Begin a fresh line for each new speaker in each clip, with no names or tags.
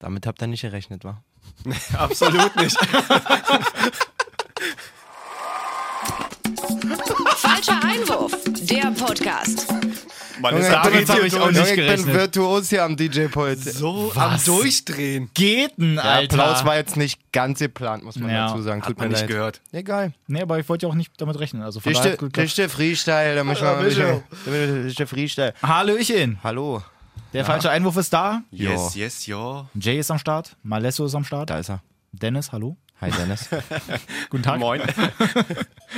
Damit habt ihr nicht gerechnet, wa?
Nee, absolut nicht.
Falscher Einwurf, der Podcast.
Man
um. Junge,
ist
damit
damit
hab
hier
ich
durch.
nicht
gerechnet.
bin virtuos hier am DJ-Pult.
so
Was?
am Durchdrehen.
Geht denn,
Der
Alter?
Applaus war jetzt nicht ganz geplant, muss man
Ja.
dazu sagen. Tut
Hat man
mir
nicht
leid.
gehört.
Egal.
nee, aber ich wollte ja auch nicht damit rechnen. Also von daher
Dichte,
hat gut geklappt.
dichte Freestyle, da muss man ein bisschen. Dichte Freestyle.
Hallöchen.
Hallo,
Der falsche Einwurf ist da.
Jo.
Yes, yes, ja.
Jay ist am Start. Malesso ist am Start.
da ist er.
Dennis, hallo.
Hi Dennis.
Guten Tag.
Moin.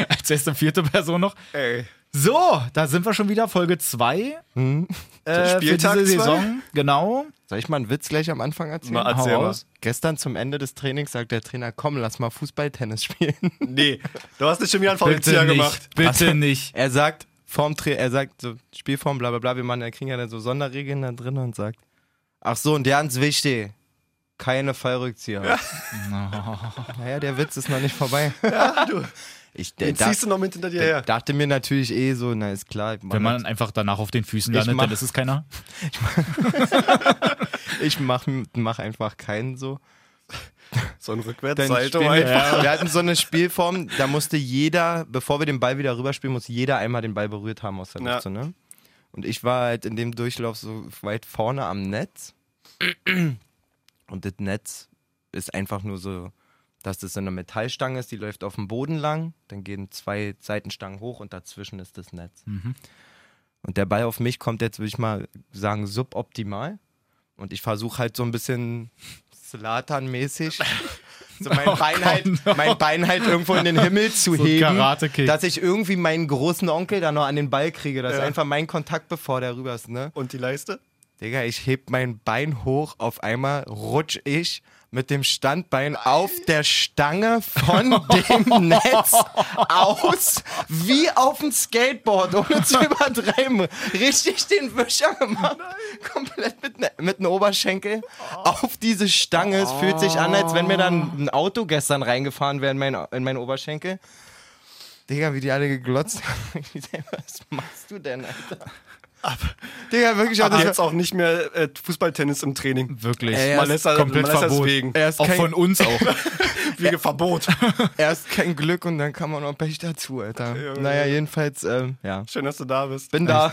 Als erste vierte Person noch.
Ey.
So, da sind wir schon wieder. Folge 2.
Mhm.
Äh, für
Spieltag
diese
zwei?
Saison. Genau.
Soll ich mal einen Witz gleich am Anfang erzählen?
Na, erzähl
Hau
mal.
raus.
Gestern zum Ende des Trainings sagt der Trainer, komm, lass mal Fußball-Tennis spielen.
Nee, du hast nicht schon wieder einen Volunteer gemacht.
Bitte
Was?
nicht.
Er sagt, vorm Tra er sagt, so, Spielform, bla bla bla, wir machen, er kriegen ja dann so Sonderregeln da drin und sagt, ach so, und ganz wichtig, keine Fallrückzieher. Naja, der Witz ist noch nicht vorbei.
du.
Ich
Den
da-
ziehst du noch mit hinter dir
da-
her.
dachte mir natürlich eh so, na ist klar, ich mach,
Wenn man einfach danach auf den Füßen
Ich
landet,
mach-
dann ist es keiner.
halt, ich mach, mach einfach keinen so.
So ein
Dann
Rückwärtssalto
spielen wir,
einfach.
wir hatten so eine Spielform, da musste jeder, bevor wir den Ball wieder rüberspielen, muss jeder einmal den Ball berührt haben aus der
Ja.
Luft. So, ne? Und ich war halt in dem Durchlauf so weit vorne am Netz. Und das Netz ist einfach nur so, dass das so eine Metallstange ist, die läuft auf dem Boden lang, dann gehen zwei Seitenstangen hoch und dazwischen ist das Netz. Und der Ball auf mich kommt jetzt, würde ich mal sagen, suboptimal. Und ich versuche halt so ein bisschen Slatan-mäßig, so mein,
Oh
Bein
Gott,
halt,
no.
mein Bein halt irgendwo in den Himmel zu
So ein
heben,
Karate-Kick.
dass ich irgendwie meinen großen Onkel da noch an den Ball kriege. Das ist einfach mein Kontakt, bevor der rüber ist, ne?
Und die Leiste?
Digga, ich heb mein Bein hoch, auf einmal rutsch ich mit dem Standbein auf der Stange von dem Netz aus, wie auf dem Skateboard, ohne zu übertreiben. Richtig den Wischer gemacht, komplett mit, ne, mit dem Oberschenkel auf diese Stange. Es fühlt sich an, als wenn mir dann ein Auto gestern reingefahren wäre in mein, in meinen Oberschenkel. Digga, wie die alle geglotzt haben. Ich sag, Was machst du denn, Alter? Digga, wirklich,
Aber
das-
jetzt auch nicht mehr äh, Fußballtennis im Training.
Wirklich.
Ey, ja,
Man lässt das-
komplett
man lässt das
Verbot.
wegen.
Er ist
auch
kein-
von uns auch.
Wegen Verbot.
Erst kein Glück und dann kann man auch Pech dazu, Alter.
Ja,
naja, jedenfalls, ähm, ja.
Schön, dass du da bist.
Bin da.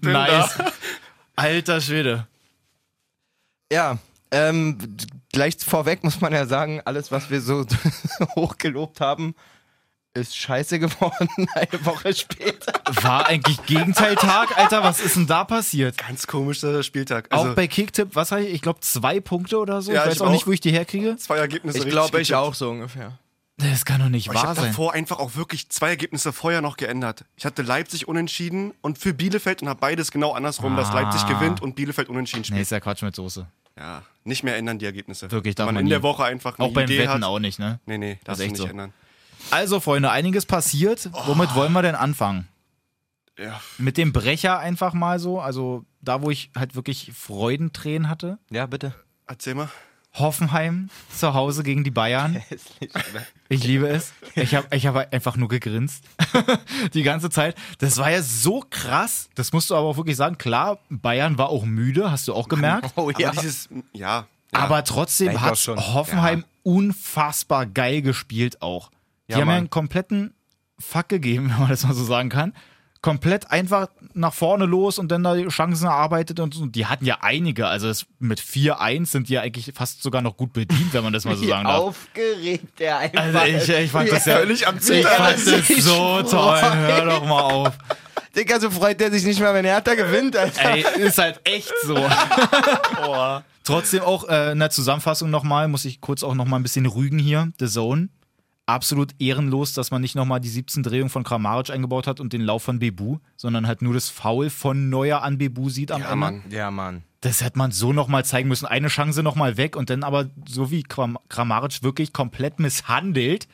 nice. Alter Schwede.
Ja. Ähm, d- gleich vorweg muss man ja sagen, alles, was wir so hochgelobt haben, ist scheiße geworden eine Woche später.
War eigentlich Gegenteiltag, Alter. Was ist denn da passiert?
Ganz komischer Spieltag. Also,
auch bei Kicktipp, was habe ich? Ich glaube, zwei Punkte oder so.
Ja,
ich weiß
ich
auch,
auch.
nicht, wo ich die herkriege.
zwei Ergebnisse richtig getippt.
so ungefähr.
Das kann doch nicht
Aber Ich
wahr
habe
sein.
davor einfach auch wirklich zwei Ergebnisse vorher noch geändert. Ich hatte Leipzig unentschieden und für Bielefeld und habe beides genau andersrum, dass
Ah.
Leipzig gewinnt und Bielefeld unentschieden
Nee,
spielt.
ist ja Quatsch mit Soße.
Ja, nicht mehr ändern die Ergebnisse.
Wirklich, darf
Wenn man
man
in
nie.
der Woche einfach eine
Auch beim
Idee
Wetten
hat.
auch nicht, ne?
Nee, nee, darfst du
echt
nicht
so.
ändern.
Also, Freunde, einiges passiert. Womit wollen wir denn anfangen?
Oh. Ja.
Mit dem Brecher einfach mal so. Also, da, wo ich halt wirklich Freudentränen hatte.
Ja, bitte.
Erzähl mal.
Hoffenheim zu Hause gegen die Bayern. Ich liebe es. Ich habe ich hab einfach nur gegrinst. die ganze Zeit. Das war ja so krass. Das musst du aber auch wirklich sagen. Klar, Bayern war auch müde, hast du auch gemerkt.
Oh
Aber dieses, ja. ja.
Aber trotzdem
Reicht auch
hat
schon.
Hoffenheim unfassbar geil gespielt auch. Die
Ja,
haben ja
Mann.
einen kompletten Fuck gegeben, wenn man das mal so sagen kann. Komplett einfach nach vorne los und dann da die Chancen erarbeitet und so. Die hatten ja einige. Also es, mit 4-1 sind die ja eigentlich fast sogar noch gut bedient, wenn man das mal so
Wie
sagen darf.
aufgeregt der einfach.
Also ich, ich fand das ja
Völlig am
Ich
Ziel.
fand das
Ich
so
freu-
toll. Hör doch mal auf.
Digga, so freut der sich nicht mal, wenn Hertha gewinnt, Alter.
Ey, ist halt echt so. Oh. Trotzdem auch äh, in der Zusammenfassung nochmal, muss ich kurz auch nochmal ein bisschen rügen hier. The Zone. Absolut ehrenlos, dass man nicht nochmal die 17 Drehung von Kramaric eingebaut hat und den Lauf von Bebu, sondern halt nur das Foul von Neuer an Bebu sieht am
Ja,
Ende.
Mann.
Ja, Mann.
Das hätte man so nochmal zeigen müssen. Eine Chance nochmal weg und dann aber, so wie Kram Kramaric wirklich komplett misshandelt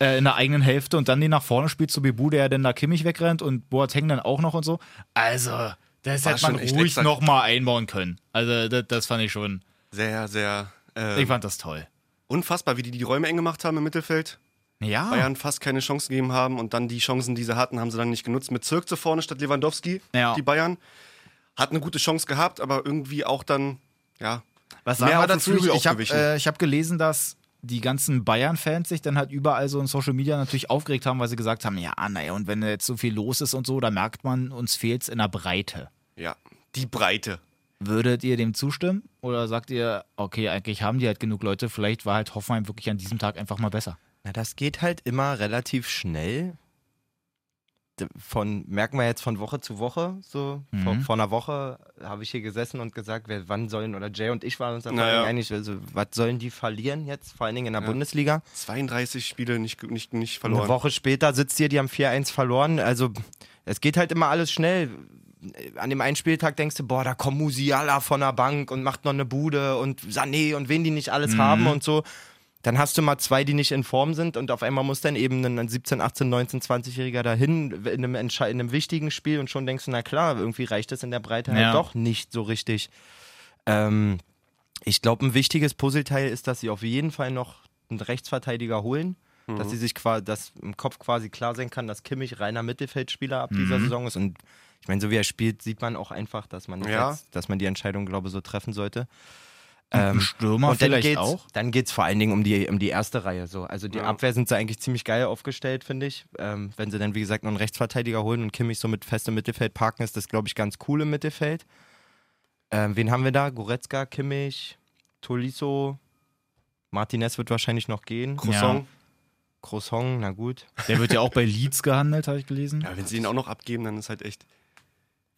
äh, in der eigenen Hälfte und dann den nach vorne spielt zu Bebu, der ja dann da Kimmich wegrennt und Boateng dann auch noch und so. Also, das
War
hätte man
schon echt
ruhig
exakt.
nochmal einbauen können. Also, das, das fand ich schon,
Sehr, sehr ähm,
ich fand das toll.
unfassbar, wie die die Räume eng gemacht haben im Mittelfeld.
Ja,
Bayern fast keine Chance gegeben haben und dann die Chancen, die sie hatten, haben sie dann nicht genutzt. Mit Zirk zu vorne statt Lewandowski,
Ja.
die Bayern. Hat eine gute Chance gehabt, aber irgendwie auch dann, ja,
Was sagen
Mehr
wir
auf den
dazu?
Flügel
Ich, ich habe
aufgewichen.
äh, ich hab gelesen, dass die ganzen Bayern-Fans sich dann halt überall so in Social Media natürlich aufgeregt haben, weil sie gesagt haben, ja, naja, und wenn jetzt so viel los ist und so, da merkt man, uns fehlt's in der Breite.
Ja, die Breite.
Würdet ihr dem zustimmen? Oder sagt ihr, okay, eigentlich haben die halt genug Leute, vielleicht war halt Hoffenheim wirklich an diesem Tag einfach mal besser?
Na, das geht halt immer relativ schnell. D- Von, merken wir jetzt von Woche zu Woche, so. Vor, vor einer Woche habe ich hier gesessen und gesagt, wer, wann sollen, oder Jay und ich waren uns da vor allen
Naja.
Dingen einig, also, was sollen die verlieren jetzt, vor allen Dingen in der Bundesliga?
32 Spiele nicht, ge- nicht, nicht
Eine
verloren.
Woche später sitzt hier, die haben 4-1 verloren. Also, es geht halt immer alles schnell. An dem einen Spieltag denkst du, boah, da kommt Musiala von der Bank und macht noch eine Bude und Sané und wen die nicht alles haben und so. Dann hast du mal zwei, die nicht in Form sind und auf einmal muss dann eben ein 17, 18, 19, 20-Jähriger dahin in einem, entsche- in einem wichtigen Spiel und schon denkst du, na klar, irgendwie reicht das in der Breite
Ja.
halt doch nicht so richtig. Ähm, ich glaube, ein wichtiges Puzzleteil ist, dass sie auf jeden Fall noch einen Rechtsverteidiger holen. Dass sie sich quasi, dass im Kopf quasi klar sein kann, dass Kimmich reiner Mittelfeldspieler ab dieser Saison ist. Und ich meine, so wie er spielt, sieht man auch einfach, dass man, das
Ja.
jetzt, dass man die Entscheidung, glaube ich, so treffen sollte. Ähm,
Ein Stürmer
Und dann geht's, dann geht's vor allen Dingen um die, um die erste Reihe. So. Also die
Ja.
Abwehr sind sie eigentlich ziemlich geil aufgestellt, finde ich. Ähm, wenn sie dann, wie gesagt, noch einen Rechtsverteidiger holen und Kimmich so mit festem Mittelfeld parken, ist das, glaube ich, ganz cool im Mittelfeld. Ähm, wen haben wir da? Goretzka, Kimmich, Tolisso, Martinez wird wahrscheinlich noch gehen.
Croissant.
Croissant, na gut.
Der wird ja auch bei Leeds gehandelt, habe ich gelesen.
Ja. wenn sie ihn auch noch abgeben, dann ist halt echt.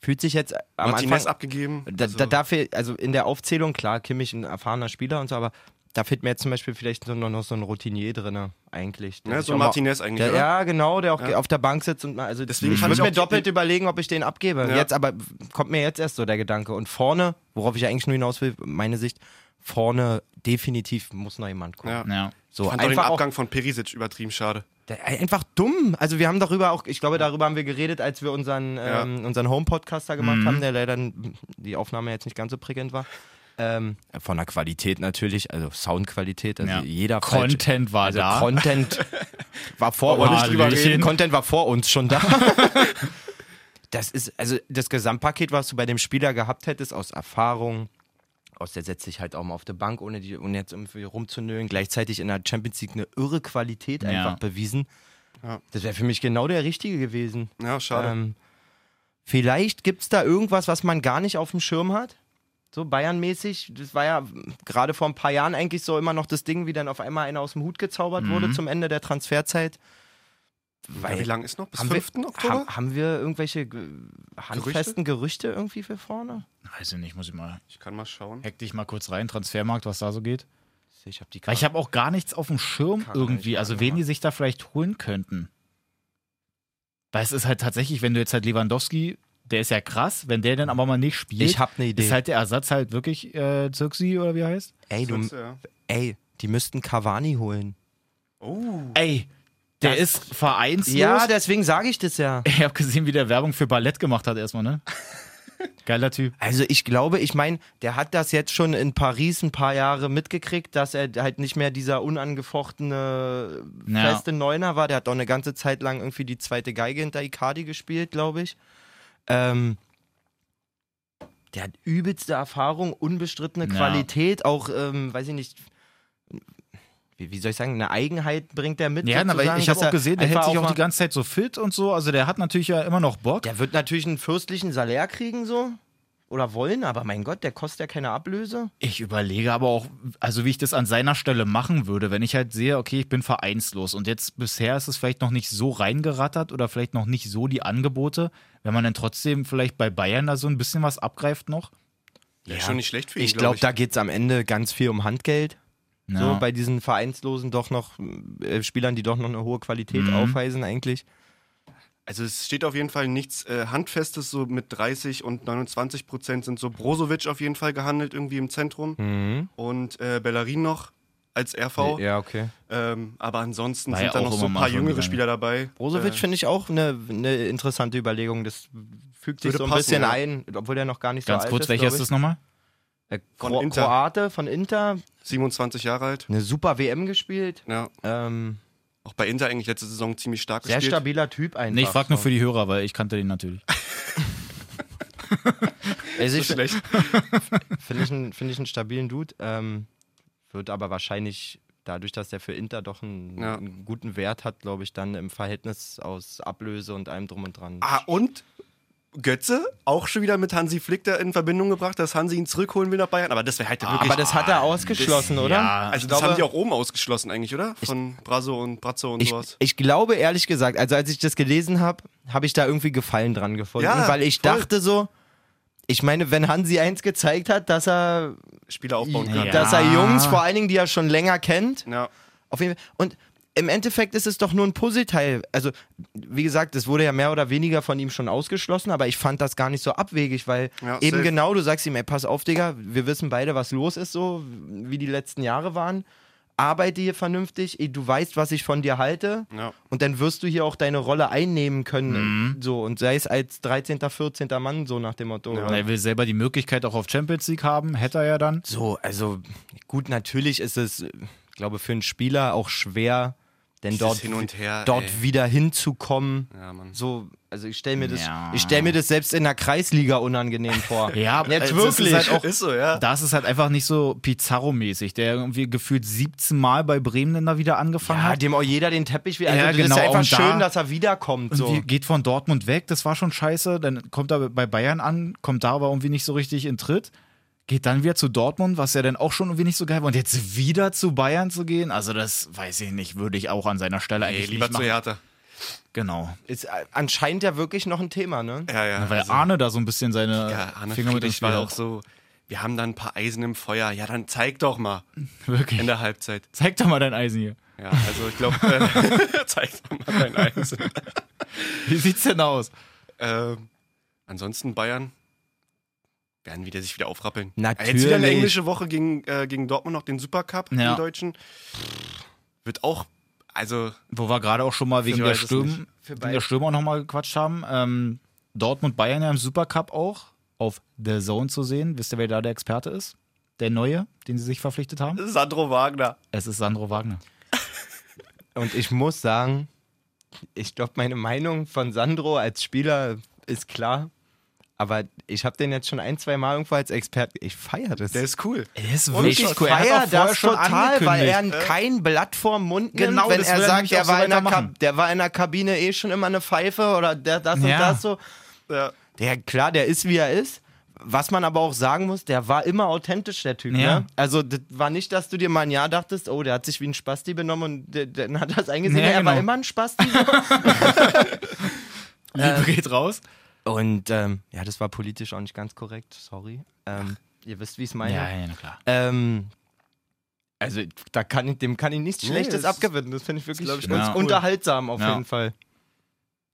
Fühlt sich jetzt am
Martinez
Anfang...
abgegeben.
Da,
also-
da, da fehlt, also in der Aufzählung, klar, Kimmich ein erfahrener Spieler und so, aber da fehlt mir jetzt zum Beispiel vielleicht so noch, noch so ein Routinier drin, eigentlich. Der
Ja,
sich
so
auch mal-
Martinez eigentlich,
Der,
oder?
ja, genau, der auch
Ja.
auf der Bank sitzt und mal, also
Deswegen
ich
fand
muss
ich
mir
auch-
doppelt überlegen, ob ich den abgebe.
Ja.
Jetzt aber kommt mir jetzt erst so der Gedanke. Und vorne, worauf ich eigentlich nur hinaus will, meine Sicht, vorne definitiv muss noch jemand kommen.
Ja.
Ja.
So,
Fand doch den
einfach, auch,
Abgang von Perisic übertrieben schade.
der- einfach dumm. Also wir haben darüber auch, ich glaube, darüber haben wir geredet, als wir unseren,
Ja.
ähm, unseren Home-Podcaster gemacht haben, der leider n- die Aufnahme jetzt nicht ganz so prickelnd war. Ähm, von der Qualität natürlich, also Soundqualität, also
Ja.
jeder falsch-
Content war
also
da.
Content Oh, war vor
Aber
uns.
nicht drüber Hallöchen. reden.
Content war vor uns schon da. Das ist, also das Gesamtpaket, was du bei dem Spieler gehabt hättest, aus Erfahrung, aus der setzt sich halt auch mal auf die Bank, ohne, die, ohne jetzt irgendwie rumzunölen, gleichzeitig in der Champions League eine irre Qualität
Ja.
einfach bewiesen.
Ja.
Das wäre für mich genau der Richtige gewesen.
Ja, schade.
Ähm, vielleicht gibt es da irgendwas, was man gar nicht auf dem Schirm hat. So Bayern-mäßig. Das war ja gerade vor ein paar Jahren eigentlich so immer noch das Ding, wie dann auf einmal einer aus dem Hut gezaubert wurde zum Ende der Transferzeit.
ja, wie
weil-
lange ist noch? Bis
Haben
5.
wir,
Oktober?
Haben, haben wir irgendwelche ge- handfesten Gerüchte? irgendwie für vorne?
Weiß ich nicht, muss ich mal.
Ich kann mal schauen.
Hack dich mal kurz rein, Transfermarkt, was da so geht.
Ich habe die
Weil ich habe auch gar nichts auf dem Schirm
Kacke, ich
irgendwie,
kann
also
nicht
wen
mal.
die sich da vielleicht holen könnten. Weil es ist halt tatsächlich, wenn du jetzt halt Lewandowski, der ist ja krass, wenn der dann aber mal nicht spielt,
Ich hab eine Idee.
ist halt der Ersatz halt wirklich äh, Zirksi oder wie er heißt?
ey, du,
Sonst, ja.
ey, die müssten Cavani holen.
Oh.
Ey, der ist vereinslos.
Ja, deswegen sage ich das ja.
ich habe gesehen, wie der Werbung für Ballett gemacht hat erstmal, ne? Geiler Typ.
Also ich glaube, ich meine, der hat das jetzt schon in Paris ein paar Jahre mitgekriegt, dass er halt nicht mehr dieser unangefochtene
Ja.
feste Neuner war. Der hat auch eine ganze Zeit lang irgendwie die zweite Geige hinter Icardi gespielt, glaube ich. Ähm, der hat übelste Erfahrung, unbestrittene
Ja.
Qualität, auch, ähm, weiß ich nicht, wie, wie soll ich sagen, eine Eigenheit bringt er mit.
Ja, na,
sozusagen,
aber ich
dass
habe auch
er
gesehen, der hält
einfach
sich
auch
auch
mal-
die ganze Zeit so fit und so, also der hat natürlich ja immer noch Bock.
der wird natürlich einen fürstlichen Salär kriegen, so. Oder wollen, aber mein Gott, der kostet ja keine Ablöse.
Ich überlege aber auch, also wie ich das an seiner Stelle machen würde, wenn ich halt sehe, okay, ich bin vereinslos und jetzt bisher ist es vielleicht noch nicht so reingerattert oder vielleicht noch nicht so die Angebote, wenn man dann trotzdem vielleicht bei Bayern da so ein bisschen was abgreift noch.
Ja, schon nicht schlecht für ihn,
Ich
glaub
glaube, da geht es am Ende ganz viel um Handgeld.
Ja.
So bei diesen vereinslosen doch noch äh, Spielern, die doch noch eine hohe Qualität
Mhm.
aufweisen eigentlich.
Also es steht auf jeden Fall nichts äh, Handfestes, so mit 30 und 29 Prozent sind so Brozovic auf jeden Fall gehandelt irgendwie im Zentrum
Hm.
und äh, Bellerin noch als RV.
Ja, okay.
Ähm, aber ansonsten
War
sind
ja
da
auch
noch so
immer
ein
mal
paar
so
jüngere
gegangen.
Spieler dabei. Äh,
Brozovic finde ich auch eine, eine interessante Überlegung. Das fügt sich
Würde
so ein
passen,
bisschen
ja.
ein, obwohl der noch gar nicht
Ganz
so alt
kurz,
ist.
welcher
glaub
ist das nochmal?
ich. Äh,
Von
Kro
Inter.
Kroate von Inter.
27 Jahre alt.
Eine super WM gespielt.
Ja.
Ähm,
Auch bei Inter eigentlich letzte Saison ziemlich stark
sehr
gespielt.
stabiler Typ einfach.
Nee, ich frag nur
so.
für die Hörer, weil ich kannte den natürlich.
Also ich,
Schlecht.
Finde ich, einen- finde ich einen stabilen Dude. Ähm, wird aber wahrscheinlich dadurch, dass der für Inter doch einen,
Ja.
einen guten Wert hat, glaube ich, dann im Verhältnis aus Ablöse und allem drum und dran.
Ah, und Götze auch schon wieder mit Hansi Flick da in Verbindung gebracht, dass Hansi ihn zurückholen will nach Bayern. Aber das wäre halt wirklich.
Ah, aber das hat er ausgeschlossen, oder?
ja.
also
Ich
das
glaube-
haben die auch oben ausgeschlossen eigentlich, oder? Von Brasso und Brazzo und
Ich,
sowas.
ich glaube ehrlich gesagt, also als ich das gelesen habe, habe ich da irgendwie Gefallen dran gefunden,
Ja,
weil ich
voll.
dachte so, ich meine, wenn Hansi eins gezeigt hat, dass er,
Spieler aufbauen kann.
Ja.
dass er Jungs, vor allen Dingen, die er schon länger kennt,
Ja.
Auf jeden Fall. Und im Endeffekt ist es doch nur ein Puzzleteil. Also, wie gesagt, es wurde ja mehr oder weniger von ihm schon ausgeschlossen, aber ich fand das gar nicht so abwegig, weil
Ja,
eben
safe.
genau, du sagst ihm, ey, pass auf, Digga, wir wissen beide, was los ist, so wie die letzten Jahre waren. Arbeite hier vernünftig, ey, du weißt, was ich von dir halte.
Ja.
Und dann wirst du hier auch deine Rolle einnehmen können. So, und sei es als 13., 14. Mann, so nach dem Motto.
Er will selber die Möglichkeit auch auf Champions League haben, hätte er ja dann.
So, also gut, natürlich ist es, äh, ich glaube, für einen Spieler auch schwer, denn
Dieses
dort,
Hin und Her,
dort
ey.
wieder hinzukommen.
Ja, Mann.
So, also ich stelle mir, das-
Ja.
ich stell mir das selbst in der Kreisliga unangenehm vor.
Ja,
jetzt
also das
wirklich.
ist halt auch-
Ist so, ja.
Das ist halt einfach nicht so Pizarro-mäßig, der irgendwie gefühlt 17 Mal bei Bremen dann da wieder angefangen
ja,
hat.
dem auch jeder den Teppich wieder. Also
Ja,
das ist
genau,
ja einfach
und da-
schön, dass er wiederkommt. So.
Irgendwie geht von Dortmund weg, das war schon scheiße. Dann kommt er bei Bayern an, kommt da aber irgendwie nicht so richtig in Tritt. Geht dann wieder zu Dortmund, was ja dann auch schon irgendwie nicht so geil war. Und jetzt wieder zu Bayern zu gehen, also das weiß ich nicht, würde ich auch an seiner Stelle
Ey,
eigentlich
lieber
nicht
zu
machen.
Hertha.
Genau.
Ist äh, anscheinend ja wirklich noch ein Thema, ne?
Ja, ja.
Weil Arne da so ein bisschen seine
ja, Arne
Finger mit
Friedrich
ins Spiel
war
hat.
auch so, wir haben da ein paar Eisen im Feuer. Ja, dann zeig doch mal
Wirklich.
in der Halbzeit.
Zeig doch mal dein Eisen hier.
Ja, also ich glaube, äh, zeig doch mal dein Eisen.
Wie sieht's denn aus?
Ähm, ansonsten Bayern werden wieder sich wieder aufrappeln.
Natürlich.
Jetzt wieder eine englische Woche gegen, äh, gegen Dortmund noch den Supercup,
Ja.
den Deutschen. Wird auch, also
Wo wir gerade auch schon mal wegen der,
weiß es
Stürm,
nicht.
wegen der Stürmer auch nochmal gequatscht haben. Ähm, Dortmund-Bayern ja im Supercup auch auf The Zone zu sehen. Wisst ihr, wer da der Experte ist? Der Neue, den sie sich verpflichtet haben?
Sandro Wagner.
Es ist Sandro Wagner.
Und ich muss sagen, ich glaube, meine Meinung von Sandro als Spieler ist klar. Aber ich habe den jetzt schon ein, zwei Mal irgendwo als Experte. Ich feiere das.
Der ist cool.
Er ist
Ich feiere das total, weil er kein Blatt vorm Mund nimmt,
Äh, Genau,
wenn
das
er
will er
sagt,
nämlich
er
auch
war,
so
in der Ka-
weitermachen.
der war in der Kabine eh schon immer eine Pfeife oder der, das und
Ja.
das so.
Ja.
Der, klar, der ist, wie er ist. Was man aber auch sagen muss, der war immer authentisch, der Typ.
Ja.
Ne? Also, das war nicht, dass du dir mal ein Jahr dachtest, oh, der hat sich wie ein Spasti benommen und der- dann hat er es eingesehen.
Ja,
er war
genau.
immer ein Spasti.
Liebe geht raus.
und ähm, ja, das war politisch auch nicht ganz korrekt, sorry. Ähm, ihr wisst, wie ich es meine.
Ja, ja, na klar.
Ähm, also da kann ich, dem kann ich nichts
Nee,
Schlechtes
das ist-
abgewinnen. Das finde ich wirklich
glaub ich,
ganz
ganz
cool.
unterhaltsam auf
Ja.
jeden Fall.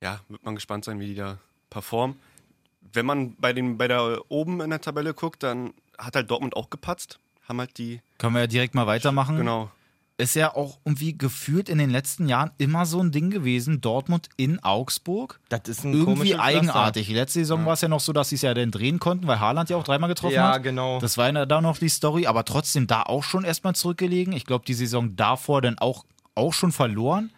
ja, wird man gespannt sein, wie die da performen. Wenn man bei, den, bei der oben in der Tabelle guckt, dann hat halt Dortmund auch gepatzt. Haben halt die,
Können wir ja direkt mal weitermachen.
genau.
Ist ja auch irgendwie gefühlt in den letzten Jahren immer so ein Ding gewesen. Dortmund in Augsburg.
Das ist ein
irgendwie
komisches
eigenartig. Letzte Saison war es ja noch so, dass sie es ja dann drehen konnten, weil Haaland ja auch dreimal getroffen
Raster. Ja,
hat.
genau.
Das war ja da noch die Story, aber trotzdem da auch schon erstmal zurückgelegen. Ich glaube, die Saison davor dann auch, auch schon verloren.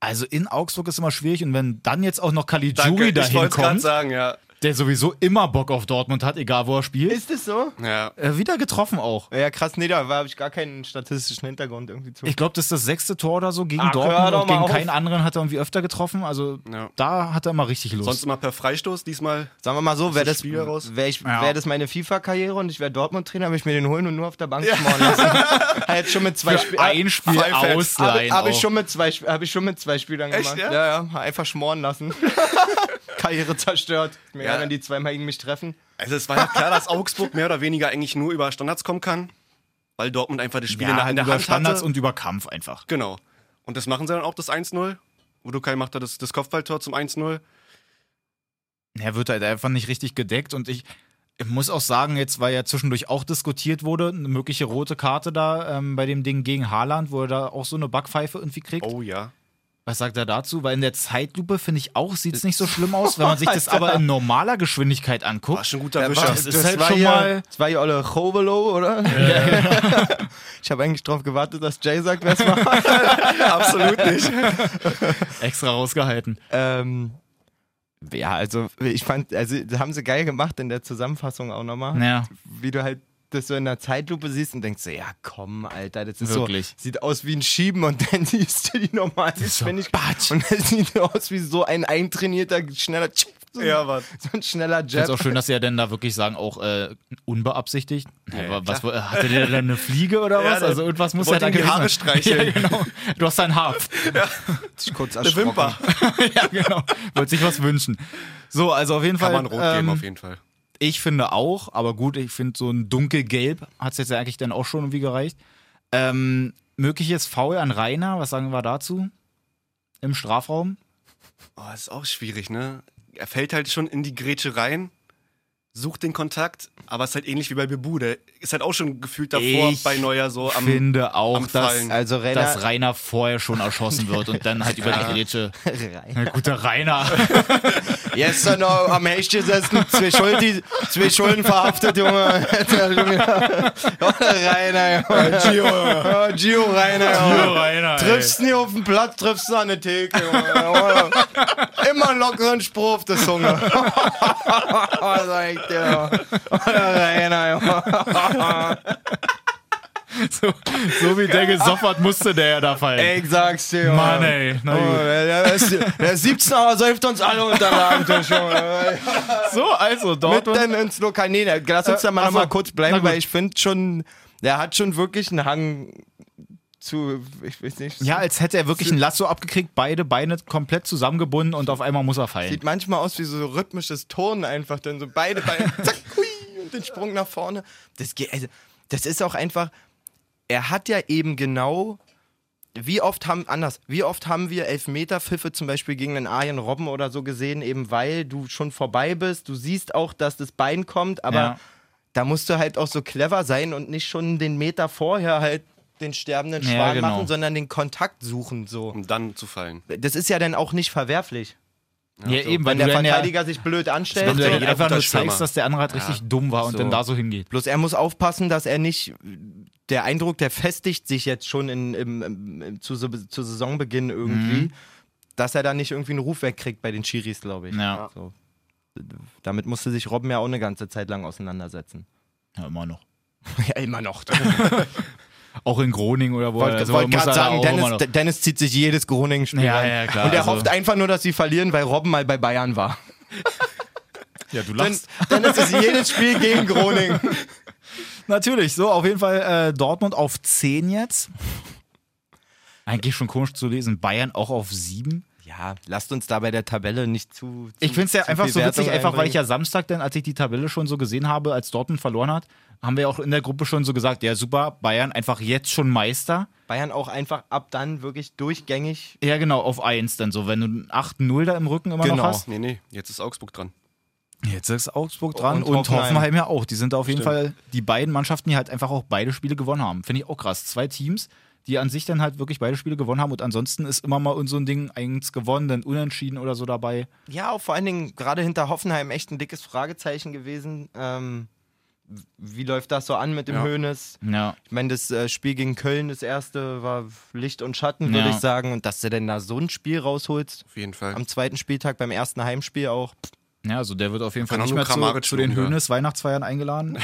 Also in Augsburg ist immer schwierig und wenn dann jetzt auch noch Caligiuri
ich
dahin
wollte gerade
kommt,
sagen, ja.
der sowieso immer Bock auf Dortmund hat, egal wo er spielt,
ist es so?
ja.
äh, wieder getroffen auch.
Ja, krass, nee, da habe ich gar keinen statistischen Hintergrund irgendwie zu.
Ich glaube, das ist das sechste Tor oder so gegen
Ach, hör
Dortmund
doch
und
mal
gegen
auf.
keinen anderen hat er irgendwie öfter getroffen. Also
Ja.
da hat er mal richtig Lust.
Sonst immer per Freistoß, diesmal
Sagen wir mal so, wäre
das
das,
Spiel raus?
wär ich,
Ja.
wär das meine FIFA-Karriere und ich wäre Dortmund-Trainer, würde ich mir den holen und nur auf der Bank schmoren lassen. Hat jetzt schon mit zwei Spiel-
ein Spiel
Pfeife.
ausleihen.
Habe ich,
auch.
schon mit zwei Sp- hab ich schon mit zwei Spielern
Echt,
gemacht.
ja?
ja, ja. Einfach schmoren lassen. Karriere zerstört. Mir
Ja.
egal, wenn die zweimal gegen mich treffen.
Also es war ja klar, dass Augsburg mehr oder weniger eigentlich nur über Standards kommen kann, weil Dortmund einfach das Spiel in
ja,
der,
halt
in der
über
Hand
Standards
hatte.
und über Kampf einfach.
genau. Und das machen sie dann auch, das 1-0. Udokai macht da das, das Kopfballtor zum 1-0.
Er wird halt einfach nicht richtig gedeckt und ich, ich muss auch sagen, jetzt, weil ja zwischendurch auch diskutiert wurde, eine mögliche rote Karte da ähm, bei dem Ding gegen Haaland, wo er da auch so eine Backpfeife irgendwie kriegt.
Oh ja.
Was sagt er dazu? Weil in der Zeitlupe, finde ich auch, sieht es nicht so schlimm aus. Wenn man sich das aber in normaler Geschwindigkeit
War
anguckt,
schon ein guter
war-
Wischer.
das ist halt
war
schon
ja,
mal- genau.
Das war ja Olle Chovelo, oder? ich habe eigentlich drauf gewartet, dass Jay sagt, wer es war.
Absolut nicht.
extra rausgehalten.
ähm, Ja, also ich fand, also das haben sie geil gemacht in der Zusammenfassung auch nochmal.
Ja.
Wie du halt das so in der Zeitlupe siehst und denkst so, ja komm, Alter, das ist
Wirklich?
so, sieht aus wie ein Schieben und dann siehst du die normale Geschwindigkeit und das sieht aus wie so ein eintrainierter, schneller, so ein,
Ja, was?
so ein schneller
Ich find's
Jab.
auch schön, dass sie ja dann da wirklich sagen, auch äh, unbeabsichtigt. Ja, was, hatte der denn eine Fliege oder
Ja,
was?
der
Also irgendwas muss ja
wollte
da
ihm die
gewesen
Haare
sein.
streicheln.
Ja, genau. Du hast dein Haar.
Ich kurz
Eine
erschrocken.
Wimper.
ja, genau. Wollte sich was wünschen. So, also auf jeden
Kann
Fall.
man rot geben,
ähm,
auf jeden Fall.
Ich finde auch, aber gut, ich finde so ein dunkelgelb hat es jetzt ja eigentlich dann auch schon irgendwie gereicht. Ähm, mögliches Foul an Rainer, was sagen wir dazu? Im Strafraum?
Oh, ist auch schwierig, ne? Er fällt halt schon in die Grätsche rein, sucht den Kontakt, aber ist halt ähnlich wie bei Bebu. Der ist halt auch schon gefühlt davor
Ich
bei Neuer so am.
finde auch,
am
dass,
Fallen.
Also Rainer-
dass Rainer vorher schon erschossen wird und dann halt über die Grätsche.
Rein.
Na gut, der Rainer.
Gestern noch am Hecht gesessen, zwei Schulden, zwei Schulden verhaftet, Junge. Der Junge. Oh, der Rainer, Junge. Gio, Gio Rainer, Junge.
Genau.
Rainer.
Triffst nie auf den Platz, triffst an der Theke. Junge. Immer einen lockeren Spruch auf der Zunge. Sag ich dir. Oder Rainer, Junge.
So, so wie der gesoffert musste, der ja da fallen.
Ey, Ich sag's dir, Junge.
Mann, ey. Na
Oh,
gut.
der, der, ist, der ist 17, aber säuft uns alle unter den Armtisch, Junge.
So, also
mit
Dortmund.
denn ins Lokal? Nee, da- lass uns
Äh,
da mal
ach
noch mal
so.
kurz
Na
bleiben,
gut.
weil ich finde schon, der hat schon wirklich einen Hang zu, ich weiß nicht,
Ja, als hätte er wirklich ein Lasso abgekriegt, beide Beine komplett zusammengebunden und auf einmal muss er fallen.
sieht manchmal aus wie so rhythmisches Turnen einfach, dann so beide Beine, zack, hui, und den Sprung nach vorne. Das, geht, also, das ist auch einfach, er hat ja eben genau, wie oft haben, anders, wie oft haben wir Elfmeterpfiffe zum Beispiel gegen einen Arjen Robben oder so gesehen, eben weil du schon vorbei bist, du siehst auch, dass das Bein kommt, aber
Ja.
da musst du halt auch so clever sein und nicht schon den Meter vorher halt den sterbenden
Ja,
Schwan
genau.
machen, sondern den Kontakt suchen so.
um dann zu fallen.
Das ist ja dann auch nicht verwerflich.
Ja, eben,
Wenn
du
der
dann ja-
Verteidiger sich blöd anstellt,
Wenn du
ja
dann
jeder
einfach nur
Unterstürmer.
zeigst, dass der andere halt richtig dumm war und
so.
dann da so hingeht.
Bloß er muss aufpassen, dass er nicht. Der Eindruck, der festigt sich jetzt schon in, im, im, im, zu, Sa- zu Saisonbeginn irgendwie,
Mhm.
dass er da nicht irgendwie einen Ruf wegkriegt bei den Chiris, glaube ich.
Ja.
So. Damit musste sich Robben ja auch eine ganze Zeit lang auseinandersetzen.
Ja, immer noch.
Ja, immer noch.
Auch in Groningen oder wo
Ich
also
wollte
muss
gerade
er da
sagen,
auch immer
Dennis,
noch-
D- Dennis zieht sich jedes Groningen-Spiel
Ja,
rein.
ja, klar,
Und er
also-
hofft einfach nur, dass sie verlieren, weil Robben mal bei Bayern war.
Ja, du
Dann, dann ist es jedes Spiel gegen Groningen.
Natürlich, so auf jeden Fall äh, Dortmund auf 10 jetzt. Eigentlich schon komisch zu lesen. Bayern auch auf 7.
Ja, lasst uns da bei der Tabelle nicht zu. zu
Ich finde es ja
zu
einfach
viel
so
Wertung
witzig, einfach weil ich
einbringen.
ja Samstag dann, als ich die Tabelle schon so gesehen habe, als Dortmund verloren hat, haben wir auch in der Gruppe schon so gesagt, ja super, Bayern einfach jetzt schon Meister.
Bayern auch einfach ab dann wirklich durchgängig.
Ja genau, auf 1 dann so, wenn du ein 8-0 da im Rücken immer noch
Genau.
hast.
Nee, nee, jetzt ist Augsburg dran.
Jetzt ist Augsburg dran
Und
und,
Hoffenheim.
Hoffenheim ja auch. Die sind auf jeden Fall die beiden Mannschaften, die halt einfach auch beide Spiele gewonnen haben. Finde ich auch krass. Zwei Teams, die an sich dann halt wirklich beide Spiele gewonnen haben und ansonsten ist immer mal so ein Ding eins gewonnen, dann unentschieden oder so dabei.
Ja, auch vor allen Dingen gerade hinter Hoffenheim echt ein dickes Fragezeichen gewesen. Ähm, wie läuft das so an mit dem
Ja.
Hoeneß?
Ja.
Ich meine, das äh, Spiel gegen Köln, das erste, war Licht und Schatten, würde
Ja.
ich sagen. Und dass du denn da so ein Spiel rausholst,
Auf jeden Fall.
am zweiten Spieltag beim ersten Heimspiel auch.
Ja, also der wird auf jeden Fall
Kann auch
nicht
nur
mehr zu,
Kramaric
zu den
loben, ja.
Höhnes Weihnachtsfeiern eingeladen.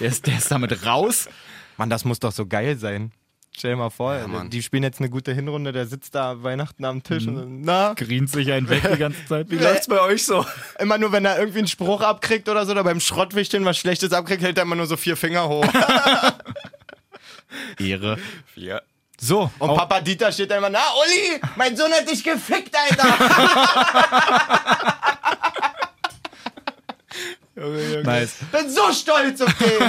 der, ist, der ist damit raus.
Mann, das muss doch so geil sein. Stell dir mal vor,
Mann.
die spielen jetzt eine gute Hinrunde, der sitzt da Weihnachten am Tisch und dann, na,
Grient sich einen weg die ganze Zeit.
Wie läuft's bei euch so?
immer nur, wenn er irgendwie einen Spruch abkriegt oder so, oder beim Schrottwichteln was Schlechtes abkriegt, hält er immer nur so vier Finger hoch.
Ehre.
Ja.
So,
Und
auch-
Papa Dieter steht da immer, na Uli, mein Sohn hat dich gefickt, Alter.
nice.
Bin so stolz auf den.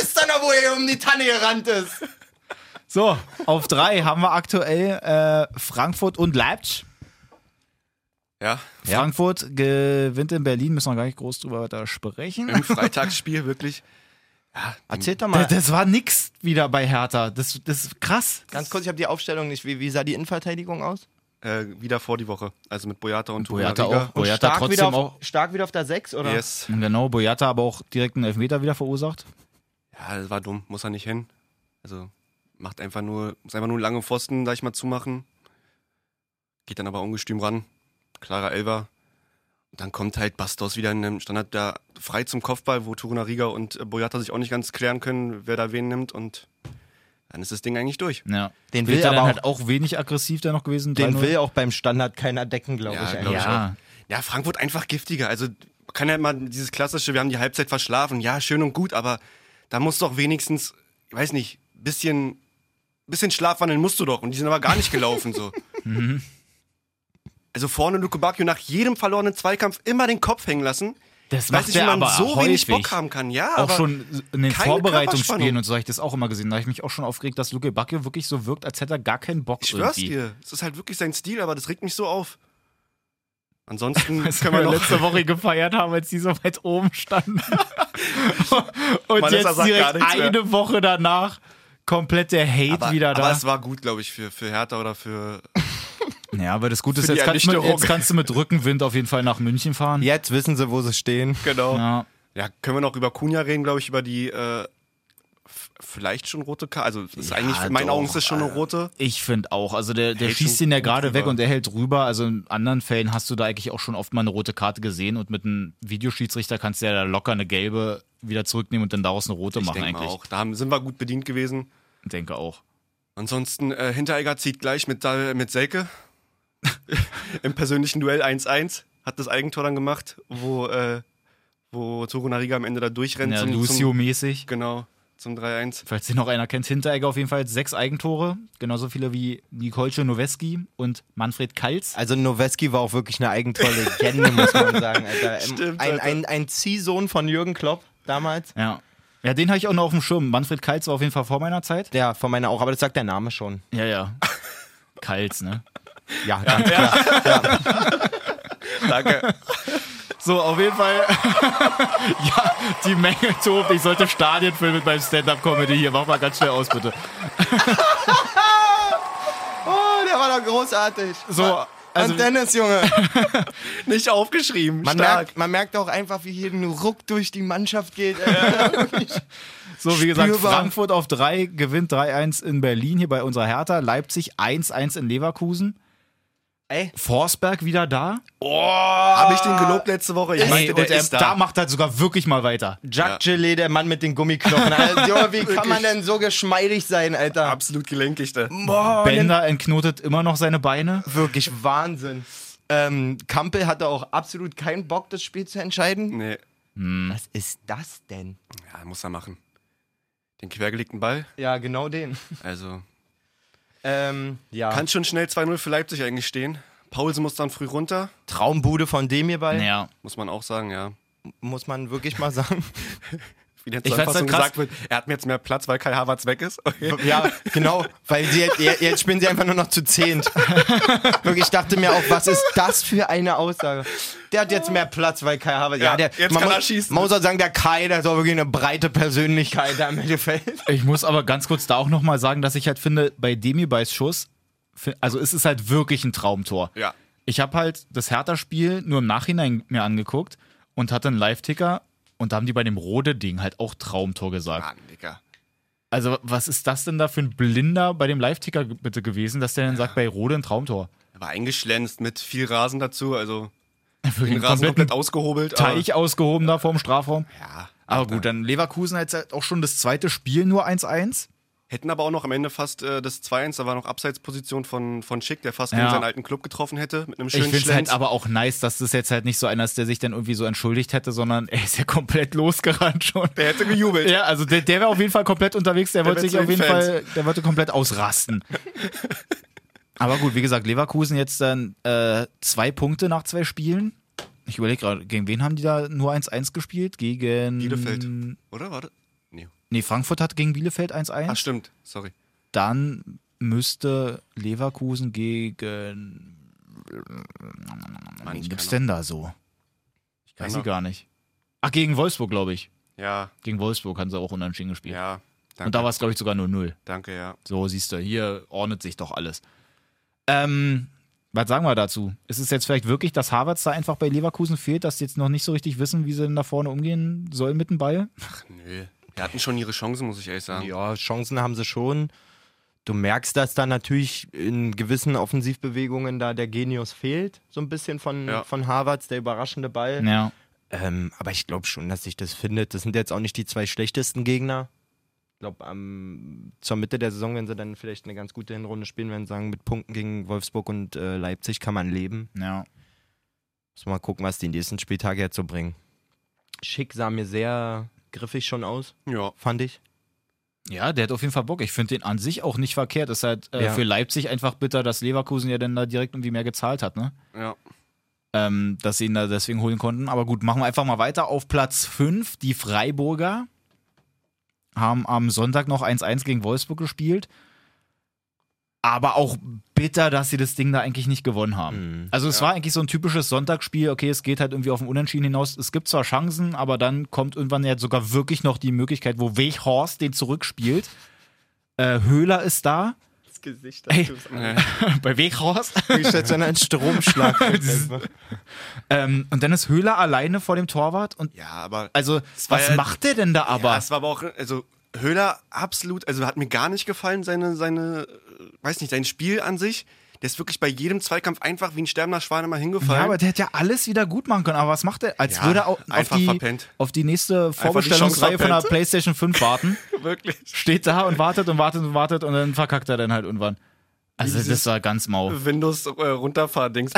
Ist dann doch, wo er um die Tanne gerannt ist.
So, auf drei haben wir aktuell äh, Frankfurt und Leipzig.
Ja.
Frankfurt gewinnt in Berlin, müssen wir gar nicht groß drüber weiter sprechen.
Im Freitagsspiel wirklich.
Erzähl doch
Das, das war nix wieder bei Hertha. Das, das ist krass.
Ganz kurz, ich habe die Aufstellung nicht. Wie, wie sah die Innenverteidigung aus?
Äh, wieder vor die Woche. Also mit Boyata und
Boyata
Torariga.
auch. Boyata
stark,
trotzdem
wieder auf,
auch-
stark wieder auf der 6, oder?
Yes.
Genau, Boyata aber auch direkt einen Elfmeter wieder verursacht.
Ja, das war dumm. Muss er nicht hin. Also macht einfach nur, muss einfach nur einen langen Pfosten, sag ich mal, zumachen. Geht dann aber ungestüm ran. Klarer Elber. dann kommt halt Bastos wieder in einem Standard da frei zum Kopfball, wo Torunariga und äh, Boyata sich auch nicht ganz klären können, wer da wen nimmt und dann ist das Ding eigentlich durch.
Ja.
Den
Wird
will
er dann
aber
halt auch wenig aggressiv da noch gewesen.
Den
3-0.
will auch beim Standard keiner decken, glaube ich.
glaub
eigentlich.
ich Ja.
schon. ja, Frankfurt einfach giftiger. Also man kann ja mal dieses klassische, wir haben die Halbzeit verschlafen. Ja, schön und gut, aber da muss doch wenigstens, ich weiß nicht, bisschen, bisschen schlafwandeln musst du doch. Und die sind aber gar nicht gelaufen so. also vorne Luke Bacchio nach jedem verlorenen Zweikampf immer den Kopf hängen lassen.
Das
Ich weiß
macht
nicht,
er
wie man
aber
so wenig
häufig.
Bock haben kann. Ja,
auch
aber
schon in den
keine
Vorbereitungsspielen
Körperspannung.
und so habe ich das auch immer gesehen. Da habe ich mich auch schon aufgeregt, dass Luke Backe wirklich so wirkt, als hätte er gar keinen Bock
Ich schwör's
irgendwie.
dir, es ist halt wirklich sein Stil, aber das regt mich so auf. Ansonsten
Das
können wir noch
letzte Woche gefeiert haben, als die so weit oben standen. und
Vanessa sagt
jetzt
gar
direkt
nichts mehr.
eine Woche danach komplett der Hate
aber,
wieder
Aber
da.
es war gut, glaube ich, für, für Hertha oder für.
Ja, aber das Gute ist,
Für die
jetzt kannst, du mit,
Ernüchterung.
jetzt kannst du mit Rückenwind auf jeden Fall nach München fahren.
Jetzt wissen sie, wo sie stehen.
Genau. Ja,
Ja.
können wir noch über Kunja reden, glaube ich, über die äh, f- vielleicht schon rote Karte. Also es ist eigentlich, in meinen
doch,
Augen ist das schon eine rote.
Ich finde auch. Also der, der
Hält
schießt
schon
ihn ja
gut
gerade weg
rüber.
und er hält rüber. Also in anderen Fällen hast du da eigentlich auch schon oft mal eine rote Karte gesehen und mit einem Videoschiedsrichter kannst du ja da locker eine gelbe wieder zurücknehmen und dann daraus eine rote
Ich
machen
denke mal
eigentlich.
auch. Da haben, sind wir gut bedient gewesen.
Ich denke auch.
Ansonsten, äh, Hinteregger zieht gleich mit, Sal- mit Selke im persönlichen Duell 1-1. Hat das Eigentor dann gemacht, wo, äh, wo Torunariga am Ende da durchrennt.
Ja,
zum- zum-
Lucio-mäßig.
Genau, zum 3-1.
Falls den noch einer kennt, Hinteregger auf jeden Fall sechs Eigentore. Genauso viele wie Nikolce Noweski und Manfred Kals.
Also Noweski war auch wirklich eine Eigentorlegende, muss man sagen. Alter.
Stimmt,
ein,
Alter.
ein, ein Ziehsohn von Jürgen Klopp damals.
Ja. Ja, den habe ich auch noch auf dem Schirm. Manfred Kals war auf jeden Fall vor meiner Zeit.
Ja, von meiner auch, aber das sagt der Name schon.
Ja, ja. Kals, ne?
Ja, ganz klar.
Danke.
So, auf jeden Fall. ja, die Menge tobt. Ich sollte Stadien füllen mit meinem Stand-Up-Comedy hier. Mach mal ganz schnell aus, bitte.
Oh, der war doch großartig.
So, also,
Und Dennis, Junge.
Nicht aufgeschrieben.
Man
Stark.
merkt, man merkt auch einfach, wie hier ein Ruck durch die Mannschaft geht. Ey.
so wie gesagt,
spürbar.
Frankfurt auf 3 gewinnt 3-1 in Berlin, hier bei unserer Hertha. Leipzig 1-1 in Leverkusen.
Ey.
Forsberg wieder da.
Habe ich den gelobt letzte Woche? Ich meinte, der
und er,
ist da.
da macht er sogar wirklich mal weiter.
Jack Gillet, der Mann mit den Gummiknochen. Alter, Junge, wie kann man denn so geschmeidig sein, Alter?
Absolut gelenkig, der.
Bender entknotet immer noch seine Beine.
Wirklich Wahnsinn. Ähm, Kampel hatte auch absolut keinen Bock, das Spiel zu entscheiden.
Nee,
Mhm.
Was ist das denn?
ja, muss er machen. Den quergelegten Ball.
Ja, genau den.
Also.
Ähm, ja.
Ah.
Kann schon schnell 2-0 für Leipzig eigentlich stehen. Paulsen muss dann früh runter.
Traumbude von dem hierbei,
Ja.
Muss man auch sagen, ja.
muss man wirklich mal sagen.
Wie der
Ich fand's
Zusammenfassung
dann krass.
gesagt wird, er hat mir jetzt mehr Platz, weil Kai Havertz weg ist. Okay.
ja, genau, weil sie jetzt, jetzt spielen sie einfach nur noch zu zehnt. Wirklich, ich dachte mir auch, was ist das für eine Aussage? Der hat jetzt mehr Platz, weil Kai Havertz.
Ja,
der,
jetzt
man
kann
muss,
er schießen.
Man muss auch sagen, der Kai, der ist auch wirklich eine breite Persönlichkeit da im Mittelfeld.
Ich muss aber ganz kurz da auch nochmal sagen, dass ich halt finde, bei Demirbys Schuss, fi- also es ist halt wirklich ein Traumtor.
Ja.
Ich habe halt das Hertha-Spiel nur im Nachhinein mir angeguckt und hatte einen Live-Ticker und da haben die bei dem Rode-Ding halt auch Traumtor gesagt.
Mann, Ah, Digga.
Also, was ist das denn da für ein Blinder bei dem Live-Ticker ge- bitte gewesen, dass der dann sagt, bei Rode ein Traumtor?
Er war eingeschlänzt mit viel Rasen dazu. Also
Wirklich
den
einen
Rasen
kompletten
komplett ausgehobelt. aber-
Teich ausgehoben da vorm Strafraum.
Ja.
Aber gut, dann Leverkusen hat halt auch schon das zweite Spiel nur 1-1.
Hätten aber auch noch am Ende fast äh, das 2-1, da war noch Abseitsposition von, von Schick, der fast gegen
Ja.
seinen alten Club getroffen hätte, mit einem
Ich
schönen
finde es
Schlenz.
halt aber auch nice, dass das jetzt halt nicht so einer ist, der sich dann irgendwie so entschuldigt hätte, sondern er ist ja komplett losgerannt schon.
der hätte gejubelt.
Ja, also der, der wäre auf jeden Fall komplett unterwegs, der,
wär
wollte sich
zu
auf
den
jeden
Fans.
Fall, der wollte komplett ausrasten. Aber gut, wie gesagt, Leverkusen jetzt dann äh, zwei Punkte nach zwei Spielen. Ich überlege gerade, gegen wen haben die da nur 1-1 gespielt? Gegen.
Bielefeld.
Mm.
Oder? Warte. Nee.
Nee, Frankfurt hat gegen Bielefeld
Ah,
1-1.
stimmt. Sorry.
Dann müsste Leverkusen gegen.
Mann,
Wen
ich
Hm, gibt's
kann
denn da so? Ich
kann
weiß
noch-
sie gar nicht. Ach, gegen Wolfsburg, glaube ich.
noch- Ja,
Gegen Wolfsburg haben sie auch unentschieden gespielt.
ja. Danke.
Und da war es, glaube ich, sogar 0-0.
Danke, ja.
So, siehst du, hier ordnet sich doch alles. Ähm, was sagen wir dazu? Ist es jetzt vielleicht wirklich, dass Harvards da einfach bei Leverkusen fehlt, dass die jetzt noch nicht so richtig wissen, wie sie denn da vorne umgehen sollen mit dem Ball?
Ach, nö. Die hatten schon ihre Chancen, muss ich ehrlich sagen.
Ja, Chancen haben sie schon. Du merkst, dass da natürlich in gewissen Offensivbewegungen da der Genius fehlt, so ein bisschen von,
Ja.
von Harvards, der überraschende
Äh.
Ball.
Ja.
Ähm, aber ich glaube schon, dass sich das findet. Das sind jetzt auch nicht die zwei schlechtesten Gegner. Ich glaube, zur Mitte der Saison, wenn sie dann vielleicht eine ganz gute Hinrunde spielen, werden sie sagen, mit Punkten gegen Wolfsburg und äh, Leipzig kann man leben.
Ja.
Muss mal gucken, was die nächsten Spieltage herzubringen. Schick sah mir sehr griffig schon aus,
Ja.
fand ich.
Ja, der hat auf jeden Fall Bock. Ich finde den an sich auch nicht verkehrt. Ist halt äh,
Ja.
für Leipzig einfach bitter, dass Leverkusen ja dann da direkt irgendwie mehr gezahlt hat, ne?
Ja.
Ähm, dass sie ihn da deswegen holen konnten. Aber gut, machen wir einfach mal weiter. Auf Platz 5, die Freiburger haben am Sonntag noch 1-1 gegen Wolfsburg gespielt. Aber auch bitter, dass sie das Ding da eigentlich nicht gewonnen haben. Also es war eigentlich so ein typisches Sonntagsspiel. Okay, es geht halt irgendwie auf den Unentschieden hinaus. Es gibt zwar Chancen, aber dann kommt irgendwann ja sogar wirklich noch die Möglichkeit, wo Weghorst den zurückspielt. Äh, Höhler ist da.
Das Gesicht,
Ey. Bei Weghorst.
ich schätze an einen Stromschlag.
ähm, und dann ist Höhler alleine vor dem Torwart und
Ja, aber.
Also,
war
was
ja-
macht der denn da aber?
ja, es war aber auch. Also, Höhler absolut. Also, hat mir gar nicht gefallen, seine. seine äh, weiß nicht, sein Spiel an sich. Der ist wirklich bei jedem Zweikampf einfach wie ein sterbender Schwan immer hingefallen.
Ja, aber der hätte ja alles wieder gut machen können. Aber was macht er? Als
Ja,
würde er au- auf
einfach
die,
verpennt.
auf die nächste
die
Vorbestellungsreihe
Chance
von der
verpennt.
PlayStation 5 warten.
wirklich.
Steht da und wartet und wartet und wartet und dann verkackt er dann halt irgendwann. Also, das war ganz mau.
Windows äh, runterfahren-Dings.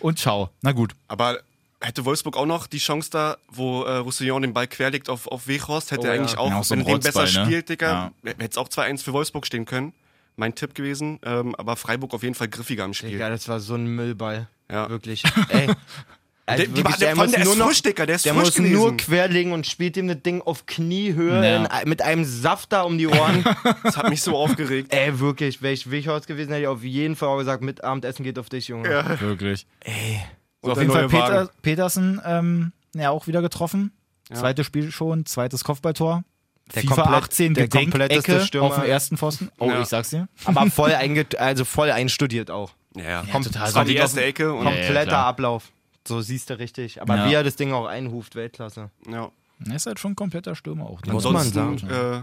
Und ciao. Na gut.
aber hätte Wolfsburg auch noch die Chance da, wo äh, Roussillon den Ball querlegt auf, auf Weghorst, hätte
Oh,
er
ja.
eigentlich auch,
Ja, auch so
wenn
ein
er den besser
Rotzball, ne?
spielt,
Ja.
Digga, hätte es auch 2-1 für Wolfsburg stehen können. Mein Tipp gewesen, ähm, aber Freiburg auf jeden Fall griffiger im Spiel.
Ja, das war so ein Müllball.
Ja.
Wirklich. Ey. Also
Ah. Der- die- der- vor allem, der ist frisch, Dicker, der ist frisch
muss
gewesen.
nur querlegen und spielt ihm das Ding auf Kniehöhe
Ja.
in, mit einem Safter um die Ohren.
Das hat mich so aufgeregt.
Ey, wirklich, wäre ich Wichhaus gewesen, hätte ich auf jeden Fall auch gesagt, mit Abendessen geht auf dich, Junge.
Ja.
Wirklich.
Und
auf
Äh, der
jeden Fall
neue
Peter,
Wagen.
Petersen, ähm, ja, auch wieder getroffen. Zweites Spiel schon, zweites Kopfballtor.
Der
FIFA
komplett-
18,
der kompletteste
Gedenkecke
Stürmer.
auf dem ersten Pfosten. Oh,
Ja.
ich sag's dir.
Aber voll, einge also voll einstudiert auch.
Ja, ja.
Kom-
total.
Das
kommt
war die
auf-
erste Ecke und
Kommt. Ja, ja,
Kompletter
klar.
Ablauf. So siehst du richtig. Aber
Ja.
wie er das Ding auch einhuft, Weltklasse.
ja.
Er ist halt schon ein kompletter Stürmer auch.
Muss man
ansonsten äh,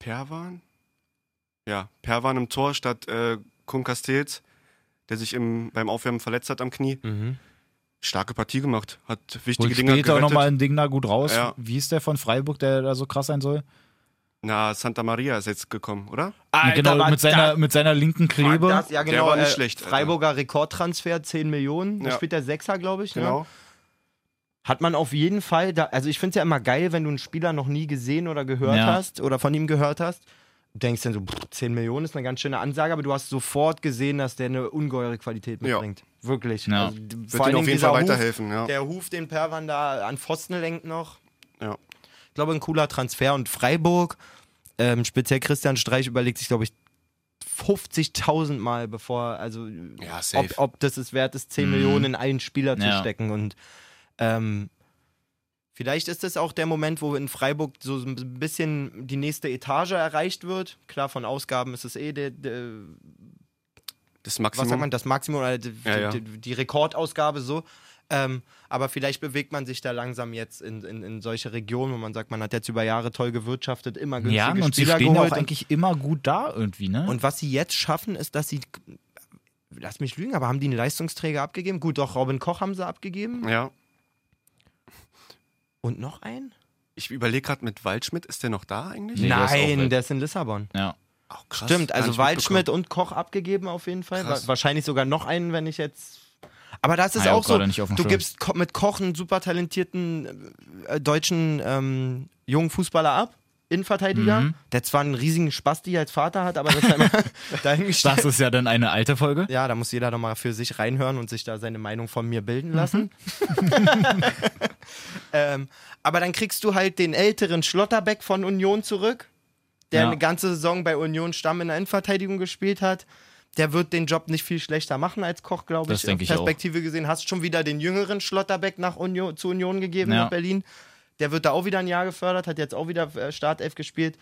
Perwan? Ja, Perwan im Tor statt äh, Kun Castells, der sich im, beim Aufwärmen verletzt hat am Knie.
Mhm.
Starke Partie gemacht, hat wichtige
Holt
Dinge
später auch
gerettet.
nochmal ein Ding da gut raus.
Ja.
Wie ist der von Freiburg, der da so krass sein soll?
Na, Santa Maria ist jetzt gekommen, oder?
Ja, genau, mit seiner, mit seiner linken Klebe.
Das, ja,
Der
genau.
war nicht
äh,
schlecht, Alter.
Freiburger Rekordtransfer, 10 Millionen. Da
Ja.
spielt der Sechser, glaube ich. Ne?
Genau.
Hat man auf jeden Fall, da, also ich finde es ja immer geil, wenn du einen Spieler noch nie gesehen oder gehört
Ja.
hast oder von ihm gehört hast. Du denkst dann so, pff, 10 Millionen ist eine ganz schöne Ansage, aber du hast sofort gesehen, dass der eine ungeheure Qualität
Ja.
mitbringt. Wirklich.
Ja.
Also, d-
Wird ihnen auf jeden
dieser
Fall
Huf,
weiterhelfen, ja.
Der Huf, den Perwan da an Pfosten lenkt noch.
Ja.
Ich glaube, ein cooler Transfer. Und Freiburg, ähm, speziell Christian Streich, überlegt sich, glaube ich, 50.000 Mal, bevor, also
Ja, safe.
ob, ob das es wert ist, 10 Millionen in einen Spieler zu
Mhm. Ja.
stecken. Und ähm, vielleicht ist das auch der Moment, wo in Freiburg so ein bisschen die nächste Etage erreicht wird. Klar, von Ausgaben ist es eh der, der,
Das
was sagt
Maximum.
man, das Maximum oder die,
Ja, ja.
Die, die Rekordausgabe so. Ähm, aber vielleicht bewegt man sich da langsam jetzt in, in, in solche Regionen, wo man sagt, man hat jetzt über Jahre toll gewirtschaftet, immer günstige
Ja, und sie
Spieler
stehen ja
geholt
auch
und-
eigentlich immer gut da irgendwie, ne?
und was sie jetzt schaffen, ist, dass sie. Lass mich lügen, aber haben die einen Leistungsträger abgegeben? Gut, doch, Robin Koch haben sie abgegeben.
Ja.
Und noch einen?
Ich überlege gerade mit Waldschmidt, ist der noch da eigentlich?
Nee, der ist auch weg.
der ist in Lissabon.
ja.
Auch krass.
Stimmt,
gar
also
nicht
Waldschmidt
mitbekommen.
und Koch abgegeben auf jeden Fall. Wa
Krass.
wahrscheinlich sogar noch einen, wenn ich jetzt. Aber das ist
Ah ja,
auch so.
gerade nicht auf dem
Du
Schirm.
gibst Ko mit Koch einen super talentierten äh, deutschen ähm, jungen Fußballer ab. Innenverteidiger,
Mhm.
der zwar einen riesigen Spasti als Vater hat, aber das ist einmal dahingestellt.
Das ist ja dann eine alte Folge.
Ja, da muss jeder nochmal für sich reinhören und sich da seine Meinung von mir bilden lassen. ähm, aber dann kriegst du halt den älteren Schlotterbeck von Union zurück, der
Ja.
eine ganze Saison bei Union Stamm in der Endverteidigung gespielt hat. Der wird den Job nicht viel schlechter machen als Koch, glaube
Das
ich.
denke ich
Perspektive gesehen hast schon wieder den jüngeren Schlotterbeck nach Union, zu Union gegeben
Ja.
nach Berlin. Der wird da auch wieder ein Jahr gefördert, hat jetzt auch wieder äh, Startelf gespielt.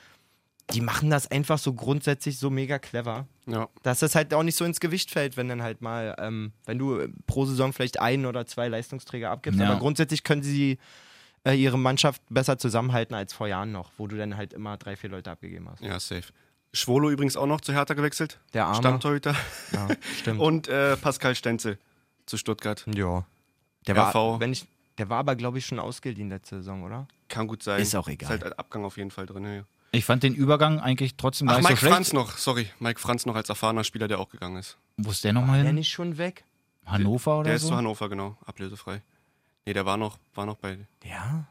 Die machen das einfach so grundsätzlich so mega clever
Ja.
dass das halt auch nicht so ins Gewicht fällt, wenn dann halt mal, äh, ähm, wenn du pro Saison vielleicht einen oder zwei Leistungsträger abgibst.
Ja.
Aber grundsätzlich können sie äh, ihre Mannschaft besser zusammenhalten als vor Jahren noch, wo du dann halt immer drei, vier Leute abgegeben hast.
Ja, safe. Schwolo übrigens auch noch zu Hertha gewechselt.
Der Arme.
Stammtorhüter.
Ja, stimmt.
Und äh, Pascal Stenzel zu Stuttgart.
ja. Der
RV.
war, wenn ich, der war aber, glaube ich, schon ausgeliehen letzte Saison, oder?
Kann gut sein.
Ist auch egal.
Ist halt ein Abgang auf jeden Fall drin. Ja.
Ich fand den Übergang eigentlich trotzdem gar
Ach,
nicht
Mike
so schlecht.
Franz noch. Sorry, Mike Franz noch als erfahrener Spieler, der auch gegangen ist.
Wo ist der nochmal
Der
hin?
nicht schon weg?
Hannover
Der
oder
ist zu
so?
Hannover, genau. Ablösefrei. Nee, der war noch, war noch bei.
Ja.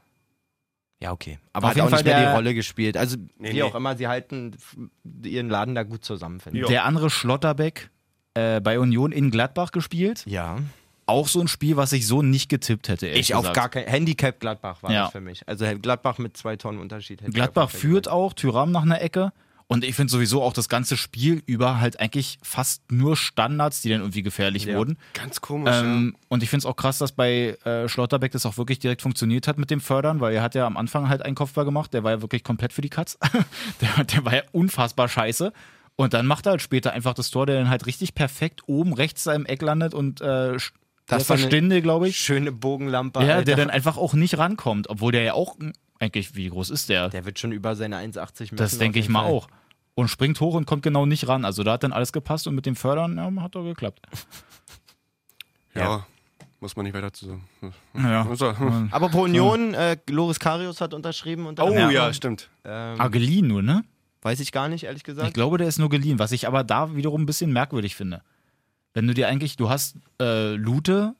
Ja, okay. Aber
Auf
hat
jeden
auch nicht
Fall
mehr
der-
die Rolle gespielt. Also, wie
nee.
auch immer, sie halten f- ihren Laden da gut zusammen, finde ich.
Ja.
Der andere Schlotterbeck äh, bei Union in Gladbach gespielt.
Ja.
Auch so ein Spiel, was ich so nicht getippt hätte. ehrlich
Ich auf
gesagt.
gar kein Handicap Gladbach war
Ja.
das für mich. Also Gladbach mit zwei Tonnen Unterschied. hätte ich
Gladbach
auf jeden Fall
führt auch, Tyram nach einer Ecke. Und ich finde sowieso auch das ganze Spiel über halt eigentlich fast nur Standards, die dann irgendwie gefährlich
Ja.
wurden.
Ganz komisch.
Ähm, und ich finde es auch krass, dass bei äh, Schlotterbeck das auch wirklich direkt funktioniert hat mit dem Fördern, weil er hat ja am Anfang halt einen Kopfball gemacht, der war ja wirklich komplett für die Katz. der, der war ja unfassbar scheiße. Und dann macht er halt später einfach das Tor, der dann halt richtig perfekt oben rechts da im Eck landet und äh,
Das
das
war eine-
Verstinde, glaube
geil.
ich.
Schöne Bogenlampe.
Ja,
Alter.
der dann einfach auch nicht rankommt, obwohl der ja auch mh, eigentlich, wie groß ist der?
der wird schon über seine 1,80 müssen.
das
auf
denke ich
jeden
mal
Fall.
auch. Und springt hoch und kommt genau nicht ran. Also da hat dann alles gepasst und mit dem Fördern ja, hat doch geklappt.
ja. ja, muss man nicht weiter zu sagen.
Ja.
So.
Aber pro Union, äh, Loris Karius hat unterschrieben. Unter
Oh ja,
anderem.
stimmt.
Ähm,
Ah, geliehen nur, ne?
weiß ich gar nicht, ehrlich gesagt.
Ich glaube, der ist nur geliehen, was ich aber da wiederum ein bisschen merkwürdig finde. Wenn du dir eigentlich, du hast äh, Lute,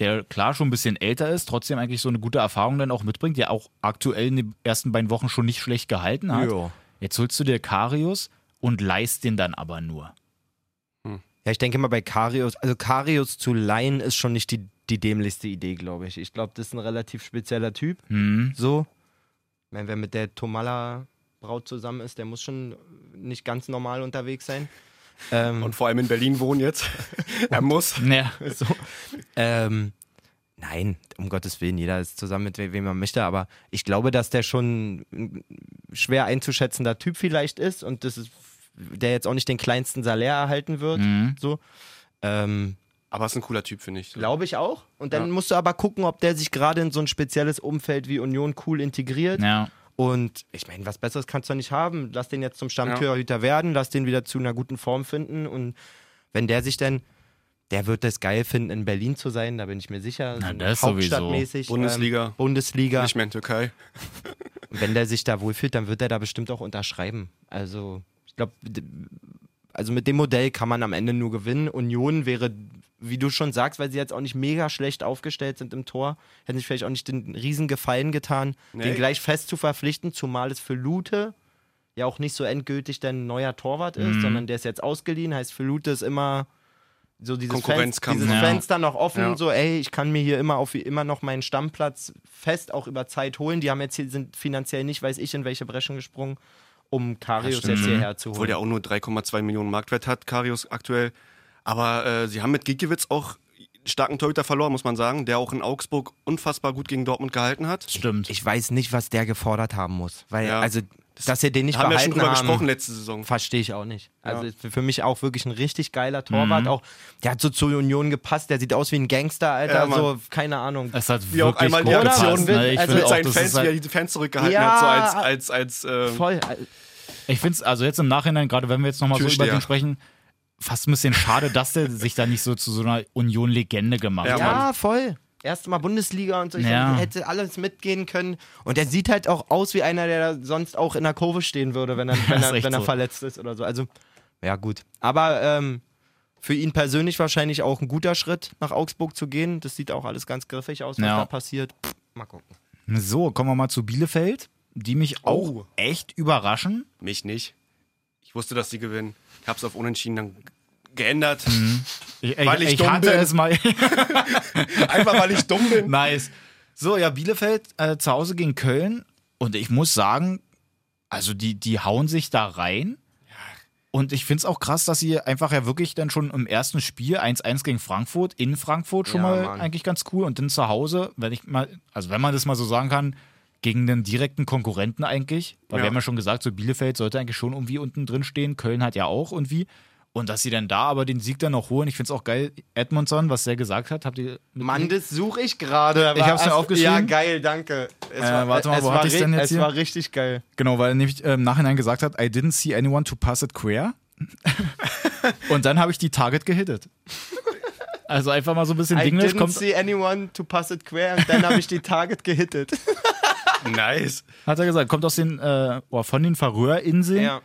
der klar schon ein bisschen älter ist, trotzdem eigentlich so eine gute Erfahrung dann auch mitbringt, der auch aktuell in den ersten beiden Wochen schon nicht schlecht gehalten hat.
Jo.
Jetzt holst du dir Karius und leist den dann aber nur.
Ja, ich denke mal bei Karius, also Karius zu leihen ist schon nicht die, die dämlichste Idee, glaube ich. Ich glaube, das ist ein relativ spezieller Typ.
Hm.
So. Wenn wer mit der Tomala Braut zusammen ist, der muss schon nicht ganz normal unterwegs sein. Ähm,
Und vor allem in Berlin wohnen jetzt. er muss.
Naja.
So. Ähm, nein, um Gottes Willen, jeder ist zusammen mit we- wem man möchte, aber ich glaube, dass der schon ein schwer einzuschätzender Typ vielleicht ist und das ist, der jetzt auch nicht den kleinsten Salär erhalten wird. So. Ähm,
Aber ist ein cooler Typ, finde ich.
glaube ich auch. Und dann
Ja.
musst du aber gucken, ob der sich gerade in so ein spezielles Umfeld wie Union cool integriert.
Ja.
Und ich meine, was Besseres kannst du nicht haben. Lass den jetzt zum Stammtürhüter werden, lass den wieder zu einer guten Form finden. Und wenn der sich denn, der wird es geil finden, in Berlin zu sein, da bin ich mir sicher. So
Na, das sowieso.
Hauptstadtmäßig.
Bundesliga.
Ähm, Bundesliga.
Nicht mehr in Türkei.
Und wenn der sich da wohlfühlt, dann wird er da bestimmt auch unterschreiben. Also, ich glaube, also mit dem Modell kann man am Ende nur gewinnen. Union wäre, wie du schon sagst, weil sie jetzt auch nicht mega schlecht aufgestellt sind im Tor, hätten sich vielleicht auch nicht den riesen Gefallen getan, den gleich fest zu verpflichten, zumal es für Lute ja auch nicht so endgültig denn ein neuer Torwart ist,
Mhm.
sondern der ist jetzt ausgeliehen, heißt für Lute ist immer so dieses, Fenst,
Konkurrenzkampf.
dieses
Ja.
Fenster noch offen,
Ja.
so ey, ich kann mir hier immer auf immer noch meinen Stammplatz fest auch über Zeit holen. Die haben jetzt hier sind finanziell nicht, weiß ich, in welche Breschen gesprungen, um Karius
stimmt. Mhm.
jetzt hierher zu
Obwohl
holen.
der auch nur 3,2 Millionen Marktwert hat, Karius aktuell. Aber äh, sie haben mit Gikiewicz auch einen starken Torhüter verloren, muss man sagen, der auch in Augsburg unfassbar gut gegen Dortmund gehalten hat.
Stimmt.
Ich weiß nicht, was der gefordert haben muss, weil
Ja.
also dass er den nicht
Da haben wir ja schon
behalten
drüber
haben.
gesprochen letzte Saison.
Verstehe ich auch nicht. Also ist für mich auch wirklich ein richtig geiler Torwart.
Mhm.
Auch, der hat so zur Union gepasst, der sieht aus wie ein Gangster, Alter.
Ja, Mann.
so, keine Ahnung.
Es hat
Wie auch
wirklich
einmal
gut
die Aktion
gepasst, ne? Ich
mit- also
finde
Mit
auch,
seinen
das
Fans,
ist halt-
wie er die Fans zurückgehalten
Ja.
hat, so als, als, als ähm,
Voll. äh,
Ich finde es, also jetzt im Nachhinein, gerade wenn wir jetzt nochmal so über
Türsteher.
den sprechen, fast ein bisschen schade, dass der sich da nicht so zu so einer Union-Legende gemacht
Ja,
hat.
Ja, voll. Erste Mal Bundesliga und so. Ich
Ja.
hätte alles mitgehen können. Und er sieht halt auch aus wie einer, der da sonst auch in der Kurve stehen würde, wenn er, wenn
ist
er,
echt
wenn er
so.
verletzt ist oder so. Also, ja, gut. Aber ähm, für ihn persönlich wahrscheinlich auch ein guter Schritt, nach Augsburg zu gehen. Das sieht auch alles ganz griffig aus, was
Ja.
da passiert. Pff, mal gucken.
So, kommen wir mal zu Bielefeld, die mich auch
Oh.
echt überraschen.
mich nicht. Ich wusste, dass sie gewinnen. Ich hab's auf Unentschieden dann geändert.
Mhm.
Weil ich dumm
hatte
bin.
es mal.
Einfach weil ich dumm bin.
nice. So, ja, Bielefeld äh, zu Hause gegen Köln. Und ich muss sagen, also die, die hauen sich da rein. Und ich finde es auch krass, dass sie einfach ja wirklich dann schon im ersten Spiel 1-1 gegen Frankfurt, in Frankfurt schon
Ja,
mal
Mann.
eigentlich ganz cool. Und dann zu Hause, wenn ich mal, also wenn man das mal so sagen kann, gegen den direkten Konkurrenten eigentlich. Weil
Ja.
wir haben ja schon gesagt, so Bielefeld sollte eigentlich schon irgendwie unten drin stehen. Köln hat ja auch irgendwie. Und dass sie dann da aber den Sieg dann noch holen, ich finde es auch geil. Edmondson, was der gesagt hat, habt ihr.
Mann, das suche ich gerade.
Ich hab's mir
Ach,
aufgeschrieben.
Ja, geil, danke. Es
Äh, warte mal,
es
wo
war
hatte ich's
ri-
denn jetzt
Es
hier?
war richtig geil.
Genau, weil er nämlich äh, im Nachhinein gesagt hat, I didn't see anyone to pass it queer. Und dann habe ich die Target gehittet. Also einfach mal so ein bisschen
I
Dinglish
didn't
kommt.
see anyone to pass it quer und dann habe ich die Target gehittet.
Nice.
Hat er gesagt, kommt aus den, äh, oh, von den Färöerinseln
Ja.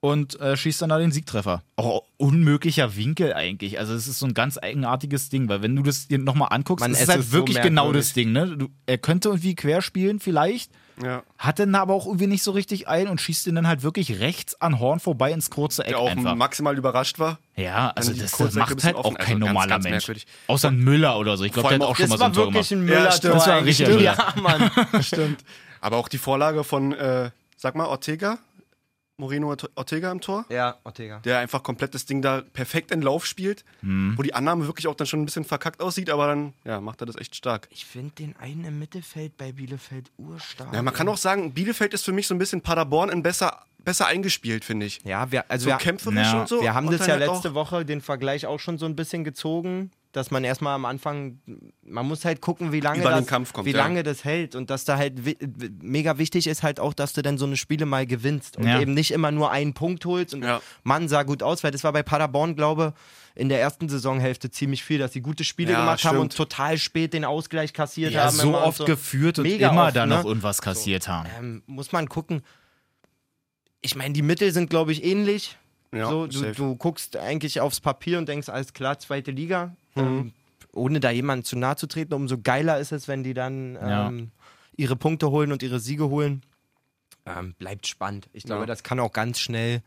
und äh, schießt dann da den Siegtreffer. Auch unmöglicher Winkel eigentlich. Also es ist so ein ganz eigenartiges Ding, weil wenn du das dir nochmal anguckst,
Mann,
ist
es
es halt
ist so
wirklich genau
merkwürdig.
das Ding. Ne? Du, er könnte irgendwie quer spielen vielleicht,
Ja.
hat den aber auch irgendwie nicht so richtig ein und schießt den dann halt wirklich rechts an Horn vorbei ins kurze Eck
Der auch
einfach.
maximal überrascht war.
Ja, also
die
das, das
Kurzecke ein
macht
bisschen
halt auch
offen.
kein
Also ganz,
normaler
ganz
Mensch.
merkwürdig.
Außer ein Müller oder so. Ich glaube,
Vor
der
allem
hat auch
auch-
Das
schon mal so ein
war
Tor
wirklich
gemacht.
ein
Ja,
Müller-Tor.
stimmt. Das
war
eigentlich.
richtig ein Müller.
Ja, Mann.
Stimmt. Aber auch die Vorlage von, äh, sag mal, Ortega, Moreno Orte- Ortega im Tor,
Ja, Ortega.
der einfach komplett das Ding da perfekt in Lauf spielt,
Mhm.
wo die Annahme wirklich auch dann schon ein bisschen verkackt aussieht, aber dann ja, macht er das echt stark.
Ich finde den einen im Mittelfeld bei Bielefeld urstark.
Ja, man kann auch sagen, Bielefeld ist für mich so ein bisschen Paderborn in besser, besser eingespielt, finde ich.
Ja, wir, also
So
wir,
kämpferisch
Ja.
und so.
wir haben
und
das
dann
ja
halt auch-
letzte Woche den Vergleich auch schon so ein bisschen gezogen, dass man erstmal am Anfang, man muss halt gucken, wie lange,
Über
das,
den Kampf kommt,
wie
ja.
lange das hält und dass da halt wi- w- mega wichtig ist halt auch, dass du dann so eine Spiele mal gewinnst und
Ja.
eben nicht immer nur einen Punkt holst und
Ja.
Mann sah gut aus, weil das war bei Paderborn, glaube in der ersten Saisonhälfte ziemlich viel, dass sie gute Spiele
Ja,
gemacht haben
stimmt.
und total spät den Ausgleich kassiert
ja,
haben.
so
immer und
oft geführt und
Mega
immer
oft,
dann
ne?
noch irgendwas kassiert haben.
ähm, muss man gucken. Ich meine, die Mittel sind, glaube ich, ähnlich.
Ja,
so, du,
safe.
du guckst eigentlich aufs Papier und denkst, alles klar, zweite Liga.
Mhm.
Ähm, ohne da jemandem zu nahe zu treten, umso geiler ist es, wenn die dann ähm,
Ja.
ihre Punkte holen und ihre Siege holen. Ähm, bleibt spannend. Ich glaube,
Ja.
das kann auch ganz schnell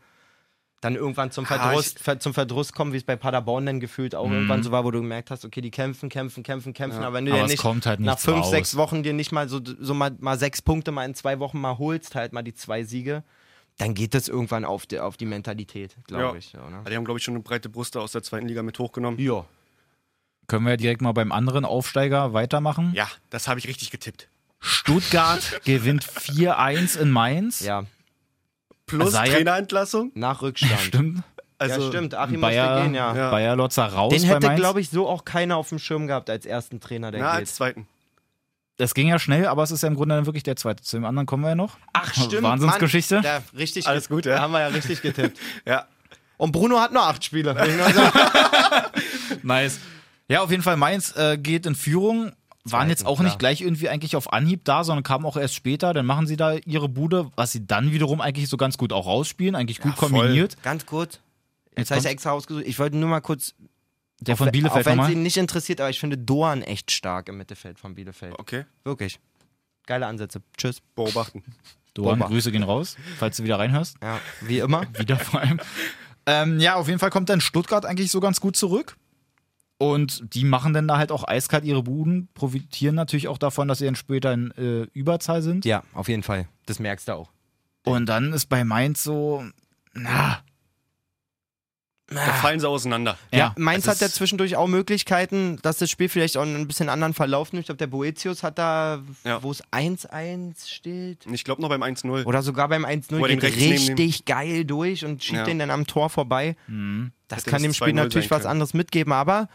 dann irgendwann zum
Ah,
Verdruss,
ich-
ver zum Verdruss kommen, wie es bei Paderborn dann gefühlt
Mhm.
auch irgendwann so war, wo du gemerkt hast, okay, die kämpfen, kämpfen, kämpfen, kämpfen, aber wenn du
Aber
ja
es
nicht
kommt halt
nach
nichts
fünf,
raus.
sechs Wochen dir nicht mal so, so mal, mal sechs Punkte mal in zwei Wochen mal holst, halt mal die zwei Siege, dann geht das irgendwann auf die, auf die Mentalität, glaube
Ja.
ich. Ja, ne?
Aber die haben, glaube ich, schon eine breite Brust da aus der zweiten Liga mit hochgenommen.
ja.
Können wir direkt mal beim anderen Aufsteiger weitermachen?
Ja, das habe ich richtig getippt.
Also
Stuttgart gewinnt 4-1 in Mainz.
ja,
Plus
Sei-
Trainerentlassung.
nach Rückstand.
Stimmt.
Also,
ja, stimmt, Achim
Bayer,
musste gehen, ja.
Ja.
Bayer Lotzer raus
Den
bei
hätte,
Mainz.
glaube ich, so auch keiner auf dem Schirm gehabt als ersten Trainer, der
Na,
geht.
als zweiten.
das ging ja schnell, aber es ist ja im Grunde dann wirklich der zweite. Zu dem anderen kommen wir ja noch.
Ach, stimmt.
Wahnsinnsgeschichte.
Mann, da, richtig
Alles
ge-
gut, ja.
Da haben wir ja richtig getippt.
Ja,
Und Bruno hat nur acht Spiele. will ich nur sagen.
Nice. Ja, auf jeden Fall, Mainz äh, geht in Führung. Waren
Zweiten,
jetzt auch nicht
klar.
gleich irgendwie eigentlich auf Anhieb da, sondern kamen auch erst später. Dann machen sie da ihre Bude, was sie dann wiederum eigentlich so ganz gut auch rausspielen, eigentlich gut
voll.
kombiniert.
Ganz kurz.
Jetzt
Jetzt habe ich
kommt
extra ausgesucht. Ich wollte nur mal kurz,
der von
auch
Bielefeld
wenn es
nochmal.
ihn nicht interessiert, aber ich finde Doan echt stark im Mittelfeld von Bielefeld.
okay.
Wirklich. Geile Ansätze. Tschüss.
Beobachten.
Doan,
Bomber.
Grüße gehen raus, falls du wieder reinhörst.
Ja, wie immer.
Wieder vor allem. Ähm, ja, auf jeden Fall kommt dann Stuttgart eigentlich so ganz gut zurück. Und die machen dann da halt auch eiskalt ihre Buden, profitieren natürlich auch davon, dass sie dann später in äh, Überzahl sind.
Ja, auf jeden Fall. Das merkst du auch.
Und dann ist bei Mainz so, na, Ah.
Da fallen sie auseinander.
ja.
Äh, Mainz
es
hat ja
ist-
zwischendurch auch Möglichkeiten, dass das Spiel vielleicht auch einen bisschen anderen Verlauf nimmt. Ich glaube, der Boetius hat da,
Ja.
wo es 1-1 steht.
Und Ich glaube noch beim 1-0.
Oder sogar beim 1-0
Wo er den
geht
rechts neben
richtig geil durch und schiebt
Ja. Mhm.
den dann am Tor vorbei. Das
Hätte
kann
das
dem Spiel
2-0
natürlich
sein
was
können.
anderes mitgeben, aber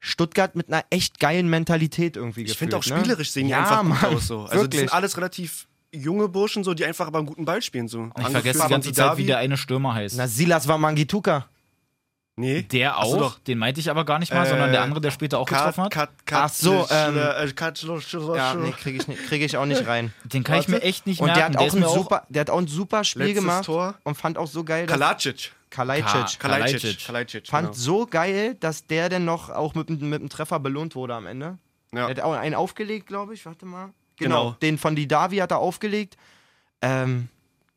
Stuttgart mit einer echt geilen Mentalität irgendwie
Ich finde auch
gefühlt, ne?
spielerisch sehen die
ja,
einfach
Mann,
gut aus. So. Also das
wirklich.
sind alles relativ junge Burschen, so, die einfach aber einen guten Ball spielen. So.
Ich vergesse die ganze Zeit, wie der eine Stürmer heißt.
Na, Silas war Mangituka.
Nee.
der
Ach so,
auch,
doch.
den meinte ich aber gar nicht mal,
Äh,
sondern der andere, der später auch
Kat,
getroffen hat.
Kat, Kat,
Ach so, ähm,
äh, Kat, ja,
Ja, nee, kriege ich, nicht- krieg ich auch nicht rein.
Den kann ich mir echt nicht
Und
merken.
der hat, auch
ist
ein
mir
super, der hat auch ein super Spiel
Letztes
gemacht
Tor.
und fand auch so geil, dass
Kalacic.
Kalajdzic
Ka- Kalajdzic.
Kalajdzic. Kalajdzic,
fand
genau.
so geil, dass der denn noch auch mit, dem- mit einem Treffer belohnt wurde am Ende.
Ja.
Er hat auch einen aufgelegt, glaube ich. Warte mal. Genau,
Genau.
den von Didavi hat er aufgelegt. Ähm,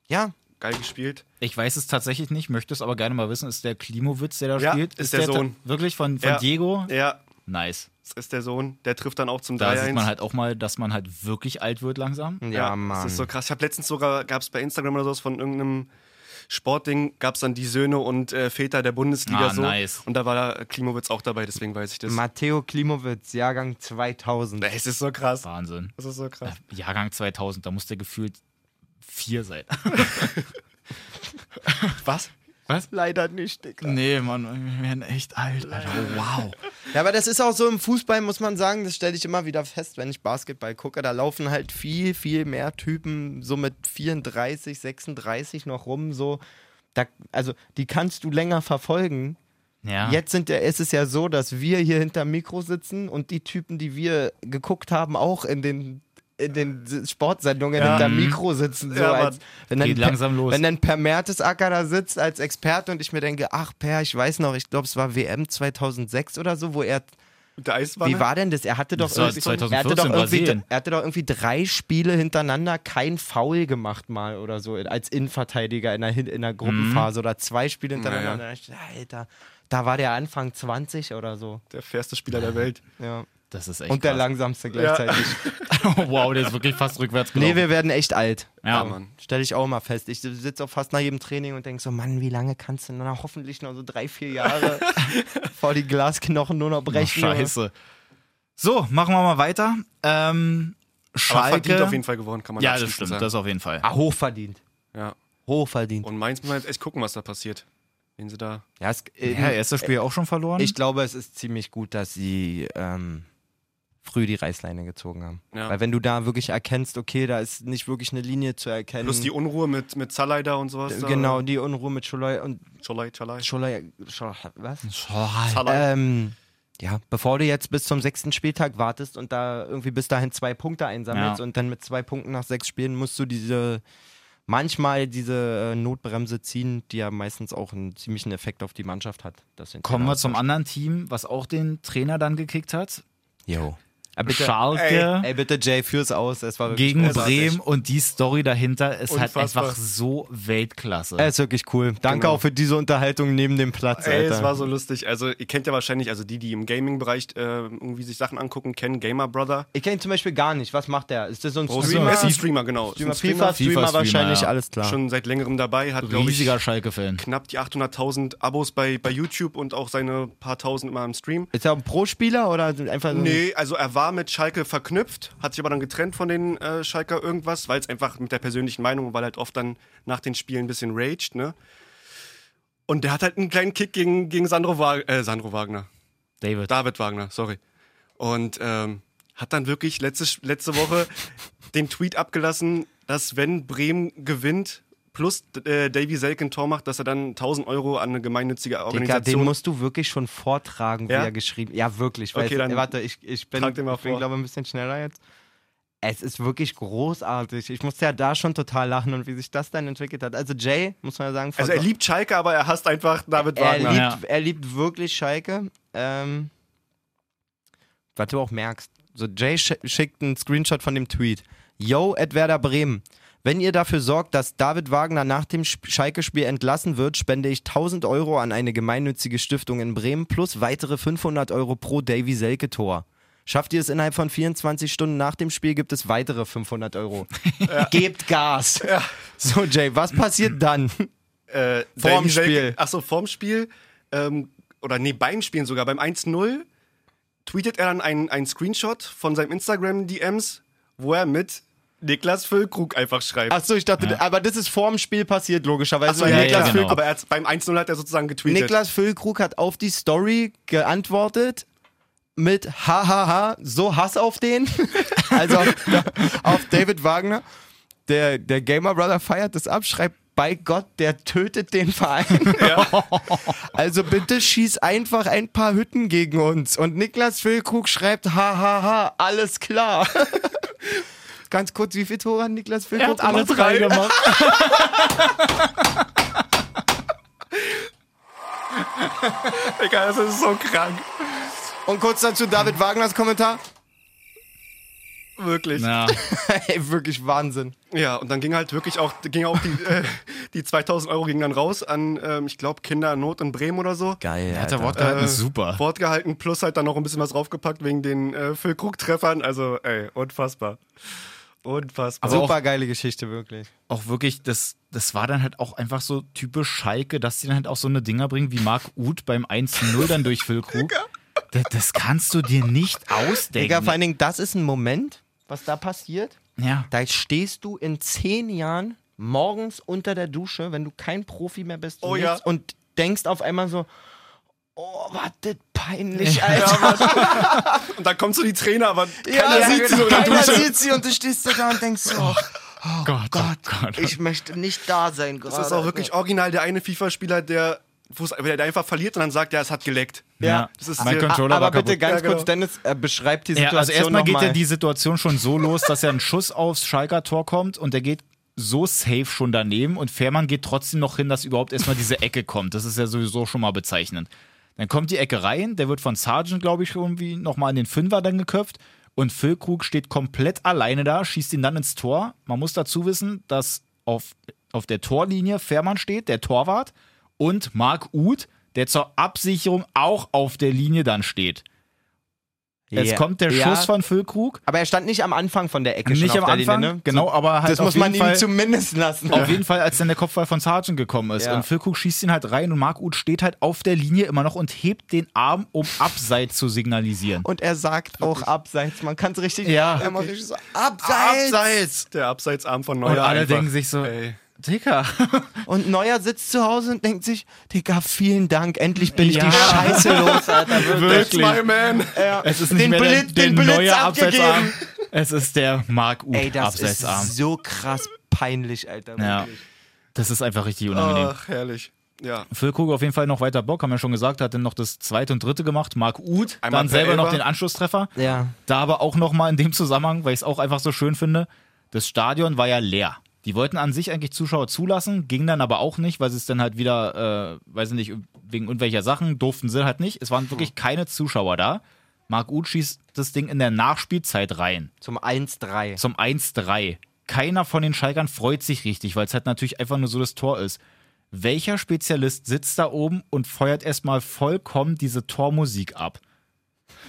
ja,
Geil gespielt.
Ich weiß es tatsächlich nicht, möchte es aber gerne mal wissen. Ist der Klimowitz, der da
Ja,
spielt?
ist der
ta-
Sohn.
Wirklich von, von
Ja.
Diego?
Ja,
Nice.
das ist der Sohn. Der trifft dann auch zum 3-1.
Da sieht man halt auch mal, dass man halt wirklich alt wird langsam.
ja,
Das
Mann.
ist so krass. Ich habe letztens sogar, gab es bei Instagram oder sowas von irgendeinem Sportding, gab es dann die Söhne und äh, Väter der Bundesliga
Ah,
so.
nice.
Und da war da Klimowitz auch dabei, deswegen weiß ich das.
Matteo Klimowitz, Jahrgang 2000.
Ey, Es ist so krass.
Wahnsinn.
Das ist so krass.
Jahrgang 2000, da muss der gefühlt vier sein.
Was?
Was?
Leider nicht, Digga.
Nee, Mann, wir werden echt alt, Alter. Oh, wow.
Ja, aber das ist auch so im Fußball, muss man sagen, das stelle ich immer wieder fest, wenn ich Basketball gucke. Da laufen halt viel, viel mehr Typen so mit 34, 36 noch rum. So. Da, also, die kannst du länger verfolgen.
Ja.
Jetzt sind ja, ist es ja so, dass wir hier hinterm Mikro sitzen und die Typen, die wir geguckt haben, auch in den in den Sportsendungen
Ja. Mhm.
hinterm Mikro sitzen. So
Ja,
als,
Mann.
wenn
Geht
Per-
langsam los.
Wenn dann Per Mertesacker da sitzt als Experte und ich mir denke, ach Per, ich weiß noch, ich glaube es war WM 2006 oder so, wo er,
Mit der Eiswanne?
wie war denn das? Er hatte doch,
Das war
irgendwie,
2014
er hatte doch, irgendwie,
Brasilien.
er hatte doch irgendwie drei Spiele hintereinander kein Foul gemacht mal oder so als Innenverteidiger in der, Hin- in der Gruppenphase
Mhm.
oder zwei Spiele hintereinander.
Naja.
Und ich dachte, Alter, da war der Anfang 20 oder so.
der fairste Spieler der Welt.
Ja.
Das ist echt
Und der
krass.
langsamste gleichzeitig.
wow, der ist wirklich fast rückwärts gelaufen.
Nee, wir werden echt alt.
ja,
Mann.
Stelle ich auch mal fest. Ich sitze auch fast nach jedem Training und denke so, Mann, wie lange kannst du denn noch hoffentlich noch so drei, vier Jahre vor die Glasknochen nur noch
Ach,
brechen?
scheiße. So, machen wir mal weiter. Ähm,
Aber verdient
Schalke.
auf jeden Fall gewonnen, kann man
ja, das
abschließend
stimmt,
sagen.
das auf jeden Fall.
Ah, hochverdient.
ja.
Hochverdient.
Und Mainz muss man jetzt echt gucken, was da passiert. Wen sie
Mhm.
da.
Ja, es, äh,
Ja, erstes Spiel auch schon verloren.
ich glaube, es ist ziemlich gut, dass sie ähm, früh die Reißleine gezogen haben.
Ja.
Weil wenn du da wirklich erkennst, okay, da ist nicht wirklich eine Linie zu erkennen.
Plus die Unruhe mit, mit Zalai da und sowas. da.
genau, die Unruhe mit Scholei und
Cholai, Cholai.
Scholei, Scholei, was?
Schal-
Zalai.
Ähm, ja, bevor du jetzt bis zum sechsten Spieltag wartest und da irgendwie bis dahin zwei Punkte einsammelst
Ja.
und dann mit zwei Punkten nach sechs Spielen musst du diese manchmal diese äh, Notbremse ziehen, die ja meistens auch einen ziemlichen Effekt auf die Mannschaft hat. Das sind
Kommen wir zum anderen Team, was auch den Trainer dann gekickt hat.
Yo. Äh, bitte,
Schalke
Ey, bitte Jay, führ's aus. Es war wirklich
gegen
großartig.
Bremen und die Story dahinter ist halt
Unfassbar.
einfach so Weltklasse.
Er ist wirklich cool. Danke
Genau.
auch für diese Unterhaltung neben dem Platz,
Ey,
Alter.
es war so lustig. Also, ihr kennt ja wahrscheinlich, also die, die im Gaming-Bereich äh, irgendwie sich Sachen angucken, kennen Gamer Brother.
ich kenne ihn zum Beispiel gar nicht. Was macht der? Ist das so ein
Pro
Streamer?
Ist ein Streamer, genau. Ist ein
Streamer, FIFA, Streamer,
FIFA-Streamer,
wahrscheinlich,
ja.
alles klar.
Schon seit längerem dabei, hat, glaube ich,
Riesiger Schalke-Fan.
knapp die 800.000 Abos bei, bei YouTube und auch seine paar Tausend immer im Stream.
Ist er ein Pro-Spieler oder einfach so ein
Nee, also er war mit Schalke verknüpft, hat sich aber dann getrennt von den äh, Schalker irgendwas, weil es einfach mit der persönlichen Meinung, weil halt oft dann nach den Spielen ein bisschen raged, ne? Und der hat halt einen kleinen Kick gegen, gegen Sandro, Wag äh, Sandro Wagner.
David.
David Wagner, sorry. Und ähm, hat dann wirklich letzte, letzte Woche den Tweet abgelassen, dass wenn Bremen gewinnt, plus äh, Davy Selke ein Tor macht, dass er dann 1000 Euro an eine gemeinnützige
Digga, den
Organisation...
musst du wirklich schon vortragen, wie
Ja?
er geschrieben Ja, wirklich. Weil
Okay,
es,
dann
warte, ich, ich bin,
trag den mal
ich bin
vor.
glaube ich, ein bisschen schneller jetzt. Es ist wirklich großartig. Ich musste ja da schon total lachen und wie sich das dann entwickelt hat. Also Jay, muss man ja sagen,
also er
verso-
liebt Schalke, aber er hasst einfach David
er
Wagner.
liebt,
Ja.
er liebt wirklich Schalke. Ähm, was du auch merkst. So, Jay sch schickt einen Screenshot von dem Tweet. Yo, at Werder Bremen. Wenn ihr dafür sorgt, dass David Wagner nach dem Sp- Schalke-Spiel entlassen wird, spende ich 1000 Euro an eine gemeinnützige Stiftung in Bremen plus weitere 500 Euro pro Davy Selke-Tor. Schafft ihr es innerhalb von 24 Stunden nach dem Spiel, gibt es weitere 500 Euro. Gebt Gas. So, Jay, was passiert dann?
äh,
Vorm
Davy Selke-
Spiel.
Ach so, vorm Spiel. Ähm, oder nee, beim Spielen sogar, beim 1-0 tweetet er dann einen, einen Screenshot von seinem Instagram-DMs, wo er mit Niklas Füllkrug einfach schreibt.
Ach so, ich dachte, aber das ist vorm Spiel passiert, logischerweise.
so,
Und
ja, ja,
Niklas,
genau.
Füll-
Füllkrug, aber er hat's- beim 1-0 hat er sozusagen getweetet.
Niklas Füllkrug hat auf die Story geantwortet mit Hahaha, so Hass auf den. also auf, auf David Wagner. Der, der Gamer Brother feiert das ab, schreibt, bei Gott, der tötet den Verein. Also bitte schieß einfach ein paar Hütten gegen uns. Und Niklas Füllkrug schreibt, hahaha, alles klar. Ganz kurz, wie viele Tore hat Niklas Füllkrug? gemacht?
gemacht.
Digga, das ist so krank.
Und kurz dazu David Wagners Kommentar.
Wirklich.
Ja.
Ey, wirklich Wahnsinn.
Ja, und dann ging halt wirklich auch, ging auch die, äh, die 2000 Euro gingen dann raus an, ähm, ich glaube, Kinder in Not in Bremen oder so.
Geil.
Hat der Wort gehalten, ist super.
Wort gehalten, plus halt dann noch ein bisschen was draufgepackt wegen den äh, Füllkrug-Treffern. Also, ey, unfassbar. Unfassbar.
Aber
Super geile Geschichte, wirklich.
auch wirklich, das, das war dann halt auch einfach so typisch Schalke, dass die dann halt auch so eine Dinger bringen wie Marc Uth beim 1-0 dann durch Füllkrug. Das, das kannst du dir nicht
ne-
Digga, vor
ausdenken.
allen Dingen, das ist ein Moment, was da passiert.
Ja.
Da stehst du in zehn Jahren morgens unter der Dusche, wenn du kein Profi mehr bist
Oh
und,
ja.
nichts, und denkst auf einmal so, oh, war das peinlich, Alter.
Und dann kommt so die Träne, aber
Ja,
keiner
ja,
sieht sie
genau.
so in der
Keiner
Dusche.
sieht sie und du stehst so da und denkst so, oh,
Gott, Gott, Gott.
ich möchte nicht da sein gerade.
Ah,
Das ist auch wirklich original der eine FIFA-Spieler, der, wo's- der der einfach verliert und dann sagt, ja, es hat geleckt.
ja,
das ist
mein
sehr-
Controller
Ah, Aber
war
bitte
kaputt.
ganz
Ja, genau.
kurz, Dennis, äh, beschreibt die
Ja,
Situation
also erstmal geht
nochmal.
ja die Situation schon so los, dass ja ein Schuss aufs Schalker Tor kommt und der geht so safe schon daneben und Fährmann geht trotzdem noch hin, dass überhaupt erstmal diese Ecke kommt. Das ist ja sowieso schon mal bezeichnend. Dann kommt die Ecke rein, der wird von Sargent, glaube ich, irgendwie nochmal in den Fünfer dann geköpft und Füllkrug steht komplett alleine da, schießt ihn dann ins Tor. Man muss dazu wissen, dass auf, auf der Torlinie Fährmann steht, der Torwart, und Marc Uth, der zur Absicherung auch auf der Linie dann steht. Jetzt
Ja.
kommt der
Ja.
Schuss von Füllkrug.
Aber er stand nicht am Anfang von der Ecke.
Nicht
schon
am
auf der
Anfang,
Linie, ne?
genau, aber halt
Das
auf
muss man
jeden Fall,
ihm zumindest lassen.
auf jeden Fall, als dann der Kopfball von Sargent gekommen ist.
Ja.
Und Füllkrug schießt ihn halt rein und Marc Uth steht halt auf der Linie immer noch und hebt den Arm, um Abseits zu signalisieren.
Und er sagt auch abseits. Man kann es richtig.
Ja.
Er macht richtig so, abseits.
Abseits! Der Abseitsarm von Neuer.
Und alle
einfach.
denken sich so,
Ey.
Dicker.
Und Neuer sitzt zu Hause und denkt sich: Digga, vielen Dank. Endlich bin ich
Ja.
die Scheiße los, Alter.
That's
Wirklich.
my man!
Es ist nicht
Den
mehr der,
Blitz-
der
den Blitz
neue
abgegeben.
Abseitsarm. Es ist der Marc Uth
Ey, das ist
Abseitsarm.
so krass peinlich, Alter.
ja. Das ist einfach richtig unangenehm.
Ach, herrlich. Ja.
Füllkrug auf jeden Fall noch weiter Bock, haben wir schon gesagt, hat dann noch das zweite und dritte gemacht. Marc Uth,
Einmal
dann selber
Elfer.
noch den Anschlusstreffer.
Ja.
Da aber auch nochmal in dem Zusammenhang, weil ich es auch einfach so schön finde, das Stadion war ja leer. Die wollten an sich eigentlich Zuschauer zulassen, ging dann aber auch nicht, weil sie es dann halt wieder, äh, weiß ich nicht, wegen irgendwelcher Sachen, durften sie halt nicht. Es waren wirklich keine Zuschauer da. Marc Uth schießt das Ding in der Nachspielzeit rein
Zum 1-3.
zum 1-3. Keiner von den Schalkern freut sich richtig, weil es halt natürlich einfach nur so das Tor ist. Welcher Spezialist sitzt da oben und feuert erstmal vollkommen diese Tormusik ab?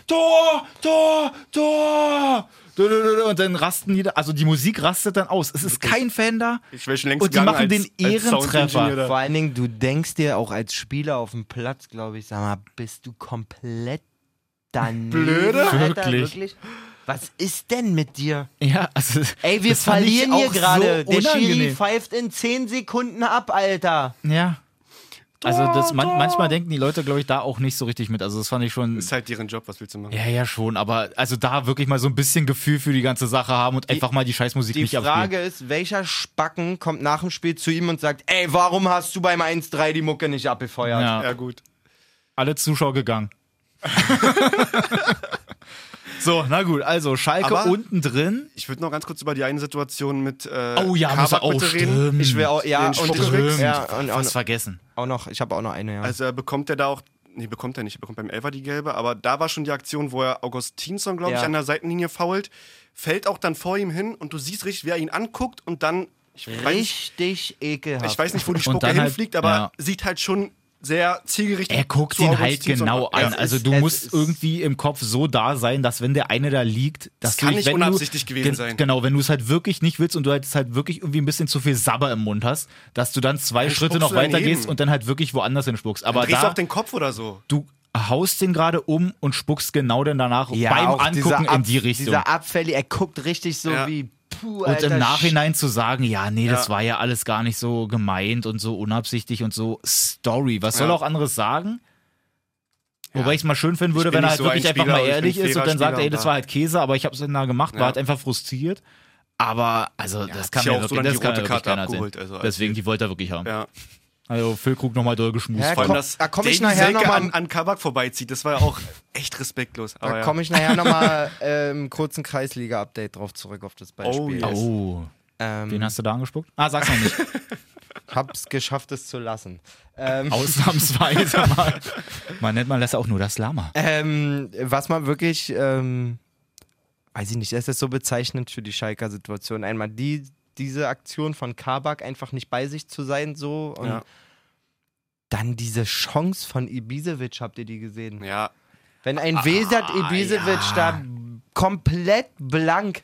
Tor, Tor, Tor! Du, du, du, du. Und dann rasten die, da- also die Musik rastet dann aus. Es ist kein Fan da.
Ich wäre schon längst
Und die
gegangen
machen den
als, als
Ehrentreffer.
Soundingenieur da.
Vor allen Dingen, du denkst dir auch als Spieler auf dem Platz, glaube ich, sag mal, bist du komplett daneben,
Blöde?
Alter,
Wirklich.
wirklich? Was ist denn mit dir?
Ja, also.
Ey, wir
das fand ich
verlieren hier
auch
gerade.
So
Der Schiri
unangenehm.
pfeift in 10 Sekunden ab, Alter.
Ja. Also, das, man, manchmal denken die Leute, glaube ich, da auch nicht so richtig mit. Also, das fand ich schon.
Ist halt deren Job, was willst du machen?
Ja, ja, schon, aber also da wirklich mal so ein bisschen Gefühl für die ganze Sache haben und einfach mal die Scheißmusik
Die
nicht abspielen.
Frage ist, welcher Spacken kommt nach dem Spiel zu ihm und sagt, ey, warum hast du beim 1-3 die Mucke nicht abgefeuert?
Ja,
Ja, gut.
alle Zuschauer gegangen. so, na gut, also Schalke
Aber-
unten drin.
Ich würde noch ganz kurz über die eine Situation mit. Äh,
Oh ja, muss er
Kabak
auch
bitte reden.
stimmen.
Ich will auch, ja,
Den
und,
Stimmt.
ich, ja, und auch,
Was
noch-
vergessen.
auch noch, ich habe auch noch eine, ja.
Also äh, bekommt er da auch. Nee, bekommt er nicht. Er bekommt beim Elfer die gelbe. Aber da war schon die Aktion, wo er Augustinsson, glaube ich,
Ja.
an der Seitenlinie fault. Fällt auch dann vor ihm hin und du siehst richtig, wer ihn anguckt und dann. Ich weiß,
Richtig ekelhaft.
ich weiß nicht, wo die
Und
Spucke
dann halt-
hinfliegt, aber
ja.
sieht halt schon sehr zielgerichtet.
Er guckt
zu
ihn halt
Augustinsson
genau
Ja.
an.
Es
Also
ist-
du
es
musst
ist-
irgendwie im Kopf so da sein, dass wenn der eine da liegt, dass
Das
du
kann nicht
wenn
unabsichtlich
du,
gewesen
gen-
sein.
Genau, wenn du es halt wirklich nicht willst und du halt es halt wirklich irgendwie ein bisschen zu viel Sabber im Mund hast, dass du dann zwei Schritte
spuckst
noch
du
weiter
daneben.
gehst und dann halt wirklich woanders hinspuckst. Aber
Drehst
da,
auf den Kopf oder so.
du haust den gerade um und spuckst genau dann danach
Ja,
beim
auch dieser
Angucken in
Ab-
die Richtung.
Dieser Abfälli, er guckt richtig so
Ja.
wie, puh,
Und
Alter,
im Nachhinein zu sagen, ja, nee, das
Ja.
war ja alles gar nicht so gemeint und so unabsichtlich und so Story. Was soll
Ja.
auch anderes sagen? Wobei ich es mal schön finden würde,
bin
wenn
nicht
er halt
so ein
wirklich einfach
Spieler
mal
und ich bin
ehrlich
ein
ist und
fairer
dann sagt,
Spieler
ey,
und
das
da-
war halt Käse, aber ich habe es dann da gemacht, war
Ja.
halt einfach frustriert. Aber, also, das kann
sich
mir
auch so
wirklich,
dann
das
die
kann mir
rote
wirklich
Karte
keiner
abgeholt,
sehen.
also als
Deswegen, die wollte er wirklich haben.
Ja.
Also, Füllkrug nochmal durchgeschmust.
Ja,
Vor
Vor allem,
allem
komm,
dass
da komm ich
Davy
nachher
Selke
noch mal-
an, an Kabak vorbeizieht, das war ja auch echt respektlos. Aber
Oh,
Da
ja.
komme ich nachher nochmal äh, im kurzen Kreisliga-Update drauf zurück auf das Beispiel.
yes.
Ich
Oh,
ähm,
wen hast du da angespuckt? Ah, sag's noch nicht.
hab's geschafft, es zu lassen. Ähm,
Ausnahmsweise mal. Man nennt man das auch nur das Lama.
ähm, was man wirklich, ähm, weiß ich nicht, es ist so bezeichnend für die Schalker Situation. Einmal die, diese Aktion von Kabak einfach nicht bei sich zu sein, so. Und
Ja.
dann diese Chance von Ibisevic, habt ihr die gesehen?
ja,
Wenn ein
Ah,
Wesat Ibisevic da komplett blank,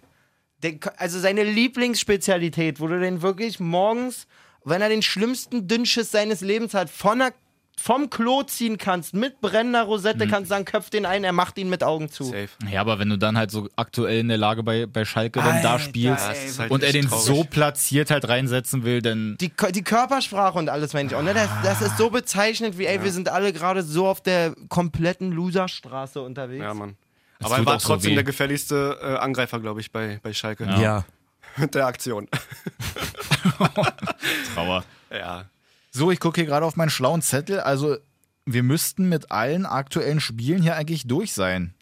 der, also seine Lieblingsspezialität, wo du den wirklich morgens, wenn er den schlimmsten Dünnschiss seines Lebens hat, von der vom Klo ziehen kannst, mit brennender Rosette
Mhm.
kannst sagen, köpf den ein, er macht ihn mit Augen zu.
Safe.
Ja, aber wenn du dann halt so aktuell in der Lage bei, bei Schalke dann da
Alter,
spielst
das ist halt
und er
echt
den
traurig.
so platziert halt reinsetzen will, dann
Die, Ko- die Körpersprache und alles, meine ich auch. Ne? Das, das ist so bezeichnend, wie, ey, wir sind alle gerade so auf der kompletten Loserstraße unterwegs.
Ja, Mann.
Es
Aber er
tut
war
auch so
trotzdem
weh.
der gefährlichste äh, Angreifer, glaube ich, bei, bei Schalke.
ja.
Mit der Aktion.
Trauer.
Ja.
So, ich gucke hier gerade auf meinen schlauen Zettel. Also, wir müssten mit allen aktuellen Spielen hier eigentlich durch sein.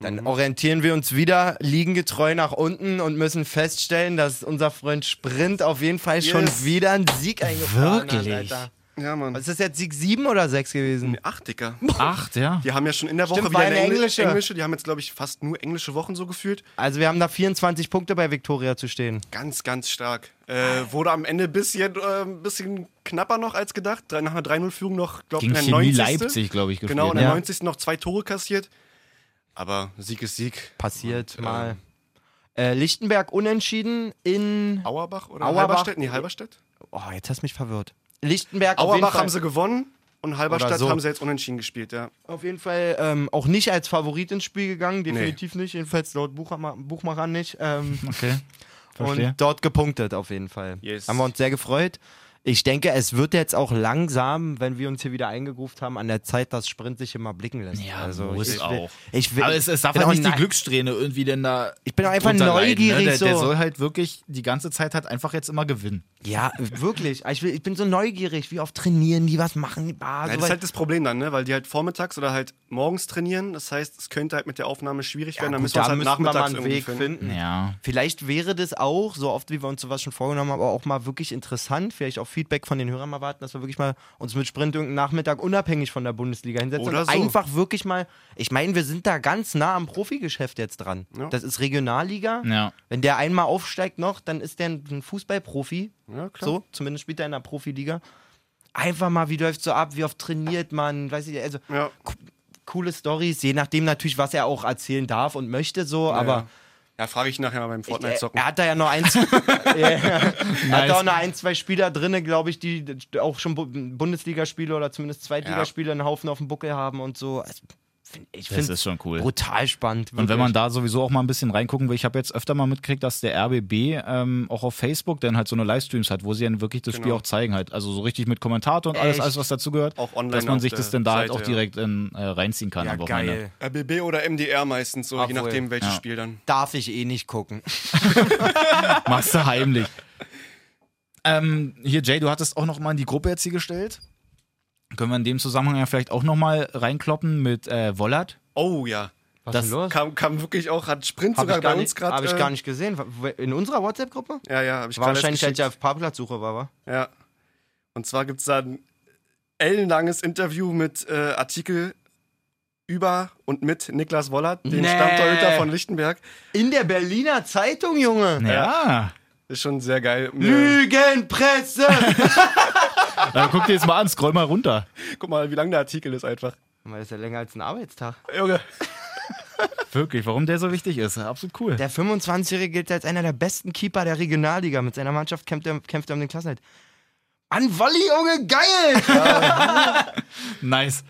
Dann orientieren wir uns wieder, liegen getreu nach unten und müssen feststellen, dass unser Freund Sprint auf jeden Fall schon
Yes.
wieder einen Sieg eingefahren
Wirklich?
hat, Alter.
Ja, Mann.
Was ist das jetzt Sieg 7 oder 6 gewesen?
Ach, Dicker.
Acht, ja.
Die haben ja schon in der Woche
Stimmt,
wieder
war
eine
eine
Engl-
englische.
englische. Die haben jetzt, glaube ich, fast nur englische Wochen so gefühlt.
Also wir haben da 24 Punkte bei Victoria zu stehen.
Ganz, ganz stark. Äh, wurde am Ende ein bisschen, äh, ein bisschen knapper noch als gedacht. Drei- Nach einer 3-0-Führung noch, glaube ich,
Gegen
in der
Chemie
90.
Leipzig, glaube ich, gespielt.
Genau, in der
ne?
90. noch zwei Tore kassiert. Aber Sieg ist Sieg.
Passiert
Und, äh,
mal. Äh, Lichtenberg unentschieden in...
Auerbach oder
Auerbach.
Halberstadt? Nee, Halberstadt.
Oh, jetzt hast du mich verwirrt. Lichtenberg auf jeden
Auerbach
Fall,
haben sie gewonnen und Halberstadt
Oder so.
haben sie jetzt unentschieden gespielt, ja.
auf jeden Fall ähm, auch nicht als Favorit ins Spiel gegangen, definitiv nicht, jedenfalls laut Buchama- Buchmachern nicht. Ähm,
ne? Okay. Verstehe.
und dort gepunktet auf jeden Fall.
Yes.
Haben wir uns sehr gefreut. Ich denke, es wird jetzt auch langsam, wenn wir uns hier wieder eingegruft haben, an der Zeit, dass Sprint sich immer blicken lässt.
Ja,
also
muss
ich will,
auch.
Ich will,
Aber es, es darf
bin
halt
auch
nicht die
nei-
Glückssträhne irgendwie denn da.
Ich bin auch einfach
drunter leiden,
neugierig
Ne? Der, der
so.
soll halt wirklich die ganze Zeit halt einfach jetzt immer gewinnen.
Ja, wirklich. Ich, will, ich bin so neugierig, wie oft trainieren die, was machen die. Ah,
Ja,
so
das ist
weit-
halt das Problem dann, ne? weil die halt vormittags oder halt morgens trainieren. Das heißt, es könnte halt mit der Aufnahme schwierig werden.
ja,
dann
gut,
müssen wir uns
da
halt
müssen wir mal
nachmittags
einen
irgendwie
Weg
finden.
finden.
Ja.
Vielleicht wäre das auch, so oft wie wir uns sowas schon vorgenommen haben, aber auch mal wirklich interessant. Vielleicht auch Feedback von den Hörern mal warten, dass wir wirklich mal uns mit Sprint irgendeinen Nachmittag unabhängig von der Bundesliga hinsetzen.
Oder
und
so.
einfach wirklich mal, ich meine, wir sind da ganz nah am Profigeschäft jetzt dran.
Ja.
Das ist Regionalliga.
Ja.
Wenn der einmal aufsteigt noch, dann ist der ein Fußballprofi.
Ja, klar.
So, zumindest spielt er in der Profiliga. Einfach mal, wie läuft so ab, wie oft trainiert man, weiß ich, also
Ja.
coole Stories, je nachdem natürlich, was er auch erzählen darf und möchte so, aber
ja. ja, frage ich nachher mal beim Fortnite
er,
zocken.
er hat da äh, ja noch eins, er hat
Nice.
da auch noch ein, zwei Spieler drin, glaube ich, die auch schon Bu- Bundesligaspiele oder zumindest Zweitligaspiele einen Haufen auf dem Buckel haben und so. Also, find- Ich
Das
finde
ist schon cool.
brutal spannend.
Und wenn man da sowieso auch mal ein bisschen reingucken will, ich habe jetzt öfter mal mitgekriegt, dass der RBB ähm, auch auf Facebook dann halt so eine Livestreams hat, wo sie dann wirklich das Spiel auch zeigen halt. Also so richtig mit Kommentator und alles,
Echt?
alles was dazugehört.
Genau. Auch online
Dass man
auf
sich
der
das dann da halt
Seite,
auch
ja.
direkt in, äh, reinziehen kann
ja,
am Wochenende.
geil.
RBB oder MDR meistens, so je
Obwohl,
nachdem, welches
ja.
Spiel dann.
Darf ich eh nicht gucken.
Machst du heimlich. ähm, hier, Jay, du hattest auch noch mal in die Gruppe jetzt hier gestellt. Können wir in dem Zusammenhang ja vielleicht auch noch mal reinkloppen mit äh, Wollert.
Oh ja.
Was
Das
los?
Kam, kam wirklich auch, hat Sprint
Habe
sogar
ich, gar
bei uns
nicht-
gerade.
hab ich
äh,
gar nicht gesehen. W- In unserer WhatsApp-Gruppe?
Ja, ja, habe ich
War
gerade
Wahrscheinlich, halt
erst
als ich auf Parkplatzsuche war, war.
geschickt. Ja. Und zwar gibt es da ein ellenlanges Interview mit äh, Artikel über und mit Niklas Wollert, dem
Nee.
Stammtorhüter von Lichtenberg.
In der Berliner Zeitung, Junge.
Ja.
Ist schon sehr geil.
Lügenpresse!
Na, guck dir jetzt mal an, scroll mal runter.
Guck mal, wie lang der Artikel ist einfach.
Weil das ist ja länger als ein Arbeitstag.
Junge.
Wirklich, warum der so wichtig ist. Absolut cool.
Der 25-Jährige gilt als einer der besten Keeper der Regionalliga. Mit seiner Mannschaft kämpft er, kämpft er um den Klassenhalt. An Volley, Junge, geil!
nice.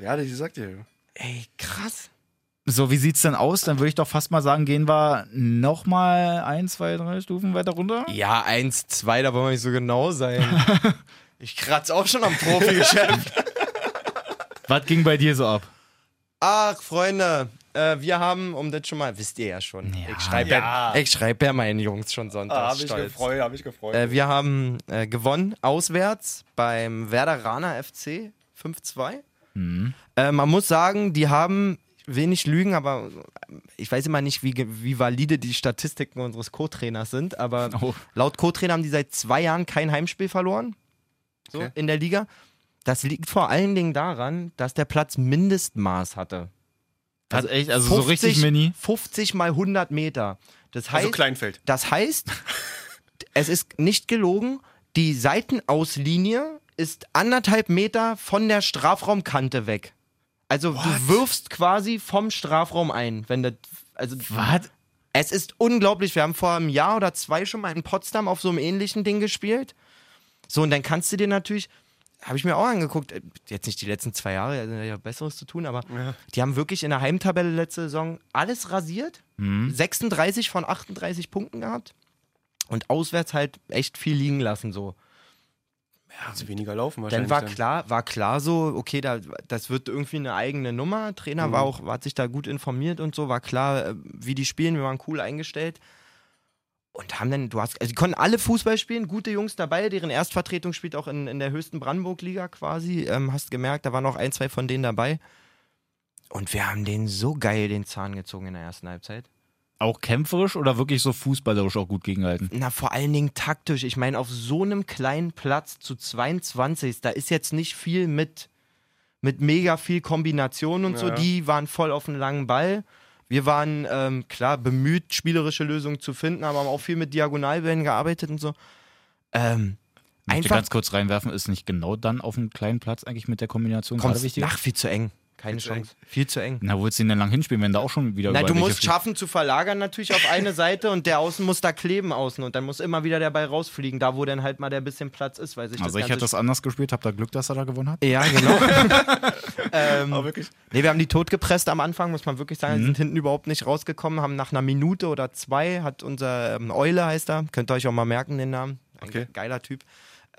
Ja, die sagt dir.
Ey, krass.
So, wie sieht's denn aus? Dann würde ich doch fast mal sagen, gehen wir nochmal ein, zwei, drei Stufen weiter runter.
Ja, 1, 2, da wollen wir nicht so genau sein. ich kratz auch schon am Profi-Geschäft.
Was ging bei dir so ab?
Ach, Freunde, äh, wir haben, um das schon mal, wisst ihr ja schon.
Ja.
Ich schreibe ja. ich schreib ja meinen Jungs schon
Ah,
sonntags
habe ich
stolz.
gefreut, habe ich gefreut.
Äh, wir haben äh, gewonnen auswärts beim Werderaner FC 5-2.
Mhm.
Äh, man muss sagen, die haben wenig Lügen, aber äh, ich weiß immer nicht, wie, ge- wie valide die Statistiken unseres Co-Trainers sind, aber
Oh.
laut Co-Trainer haben die seit zwei Jahren kein Heimspiel verloren so,
Okay.
in der Liga. Das liegt vor allen Dingen daran, dass der Platz Mindestmaß hatte.
Also echt, also so richtig mini.
50 mal 100 Meter. Das heißt,
also Kleinfeld.
das heißt, es ist nicht gelogen, die Seitenauslinie ist anderthalb Meter von der Strafraumkante weg. Also du wirfst quasi vom Strafraum ein, wenn das. Also
Was?
es ist unglaublich. Wir haben vor einem Jahr oder zwei schon mal in Potsdam auf so einem ähnlichen Ding gespielt. So, und dann kannst du dir natürlich habe ich mir auch angeguckt, äh, jetzt nicht die letzten zwei Jahre, also ja Besseres zu tun, aber die haben wirklich in der Heimtabelle letzte Saison alles rasiert. 36 von 38 Punkten gehabt und auswärts halt echt viel liegen lassen so.
Also weniger laufen
Dann
wahrscheinlich.
war klar, war klar so, okay, da, das wird irgendwie eine eigene Nummer. Trainer war auch, hat sich da gut informiert und so, war klar, äh, wie die spielen, wir waren cool eingestellt. Und haben dann, du hast, also die konnten alle Fußball spielen, gute Jungs dabei, deren Erstvertretung spielt auch in, in der höchsten Brandenburg-Liga quasi. Ähm, hast gemerkt, da waren noch ein, zwei von denen dabei. Und wir haben denen so geil den Zahn gezogen in der ersten Halbzeit.
Auch kämpferisch oder wirklich so fußballerisch auch gut gegenhalten?
Na, vor allen Dingen taktisch. Ich meine, auf so einem kleinen Platz zu 22, da ist jetzt nicht viel mit, mit mega viel Kombination und so.
Ja.
Die waren voll auf den langen Ball. Wir waren, ähm, klar, bemüht, spielerische Lösungen zu finden, aber haben auch viel mit Diagonalwellen gearbeitet und so. Ähm,
Ich möchte
einfach
ganz kurz reinwerfen, ist nicht genau dann auf einem kleinen Platz eigentlich mit der Kombination gerade
kommst
wichtig?
nach viel zu eng. Keine
zu
Chance. Viel zu eng.
Na, wo willst du ihn denn lang hinspielen, wenn da auch schon wieder
Na,
überall
du
welche
musst
fliegen?
schaffen zu verlagern natürlich auf eine Seite und der Außen muss da kleben außen und dann muss immer wieder der Ball rausfliegen, da wo dann halt mal der bisschen Platz ist, weil sich das
Also ich
ganze
hätte das anders gespielt, hab da Glück, dass er da gewonnen hat.
Ja, genau. ähm,
Aber wirklich.
nee, wir haben die totgepresst am Anfang, muss man wirklich
Mhm.
sagen. Sind hinten überhaupt nicht rausgekommen, haben nach einer Minute oder zwei, hat unser ähm, Eule heißt er, könnt ihr euch auch mal merken, den Namen. Ein
Okay.
ge- geiler Typ.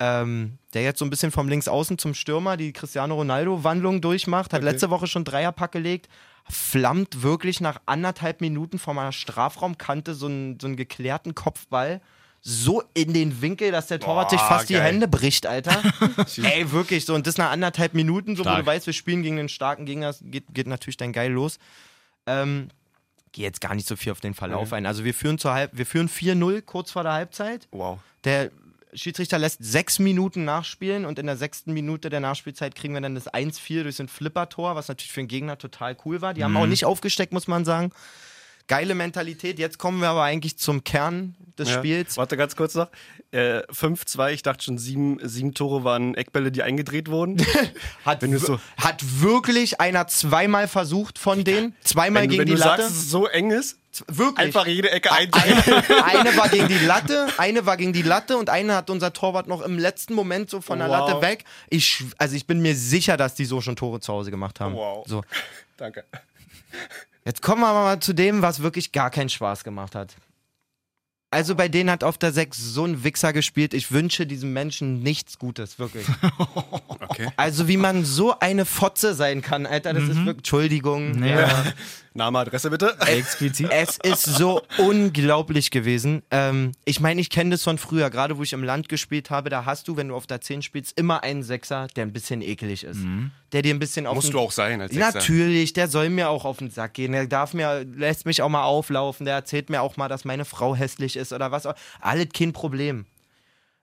Ähm, der jetzt so ein bisschen vom Linksaußen zum Stürmer die Cristiano Ronaldo-Wandlung durchmacht, hat letzte Woche schon Dreierpack gelegt, flammt wirklich nach anderthalb Minuten von meiner Strafraumkante so einen, so einen geklärten Kopfball so in den Winkel, dass der Torwart sich
Boah,
fast die
geil.
Hände bricht, Alter. Ey, wirklich so. Und das nach anderthalb Minuten, so wo
Stark.
du weißt, wir spielen gegen einen starken Gegner, es geht, geht natürlich dann geil los. Ähm, Gehe jetzt gar nicht so viel auf den Verlauf ein. Also wir führen zur Halb, wir führen 4-0 kurz vor der Halbzeit.
Wow.
Der Schiedsrichter lässt sechs Minuten nachspielen und in der sechsten Minute der Nachspielzeit kriegen wir dann das 1-4 durch so ein Flipper-Tor, was natürlich für den Gegner total cool war. Die haben auch nicht aufgesteckt, muss man sagen. Geile Mentalität. Jetzt kommen wir aber eigentlich zum Kern des
Ja.
Spiels.
Warte ganz kurz noch. Äh, 5-2, ich dachte schon, sieben, sieben Tore waren Eckbälle, die eingedreht wurden.
Hat,
Wenn du
wir-
so-
hat wirklich einer zweimal versucht von denen, zweimal
wenn
gegen
wenn
die
du
Latte. Ah,
sagst, dass es so eng ist,
wirklich.
einfach jede Ecke eindrehen.
eine, eine war gegen die Latte, eine war gegen die Latte und eine hat unser Torwart noch im letzten Moment so von der
Wow.
Latte weg. Ich, schw- also ich bin mir sicher, dass die so schon Tore zu Hause gemacht haben.
Wow.
So.
Danke.
Jetzt kommen wir aber mal zu dem, was wirklich gar keinen Spaß gemacht hat. Also bei denen hat auf der 6 so ein Wichser gespielt. Ich wünsche diesem Menschen nichts Gutes, wirklich.
Okay.
Also wie man so eine Fotze sein kann, Alter, das ist wirklich... Entschuldigung.
Ja,
Name, Adresse bitte.
explizit.
Es ist so unglaublich gewesen. Ähm, ich meine, ich kenne das von früher, gerade wo ich im Land gespielt habe, da hast du, wenn du auf der 10 spielst, immer einen Sechser, der ein bisschen eklig ist. Der dir ein bisschen auf den-
sein als
Natürlich, der soll mir auch auf den Sack gehen. Der darf mir, lässt mich auch mal auflaufen. Der erzählt mir auch mal, dass meine Frau hässlich ist oder was auch. Alles kein Problem.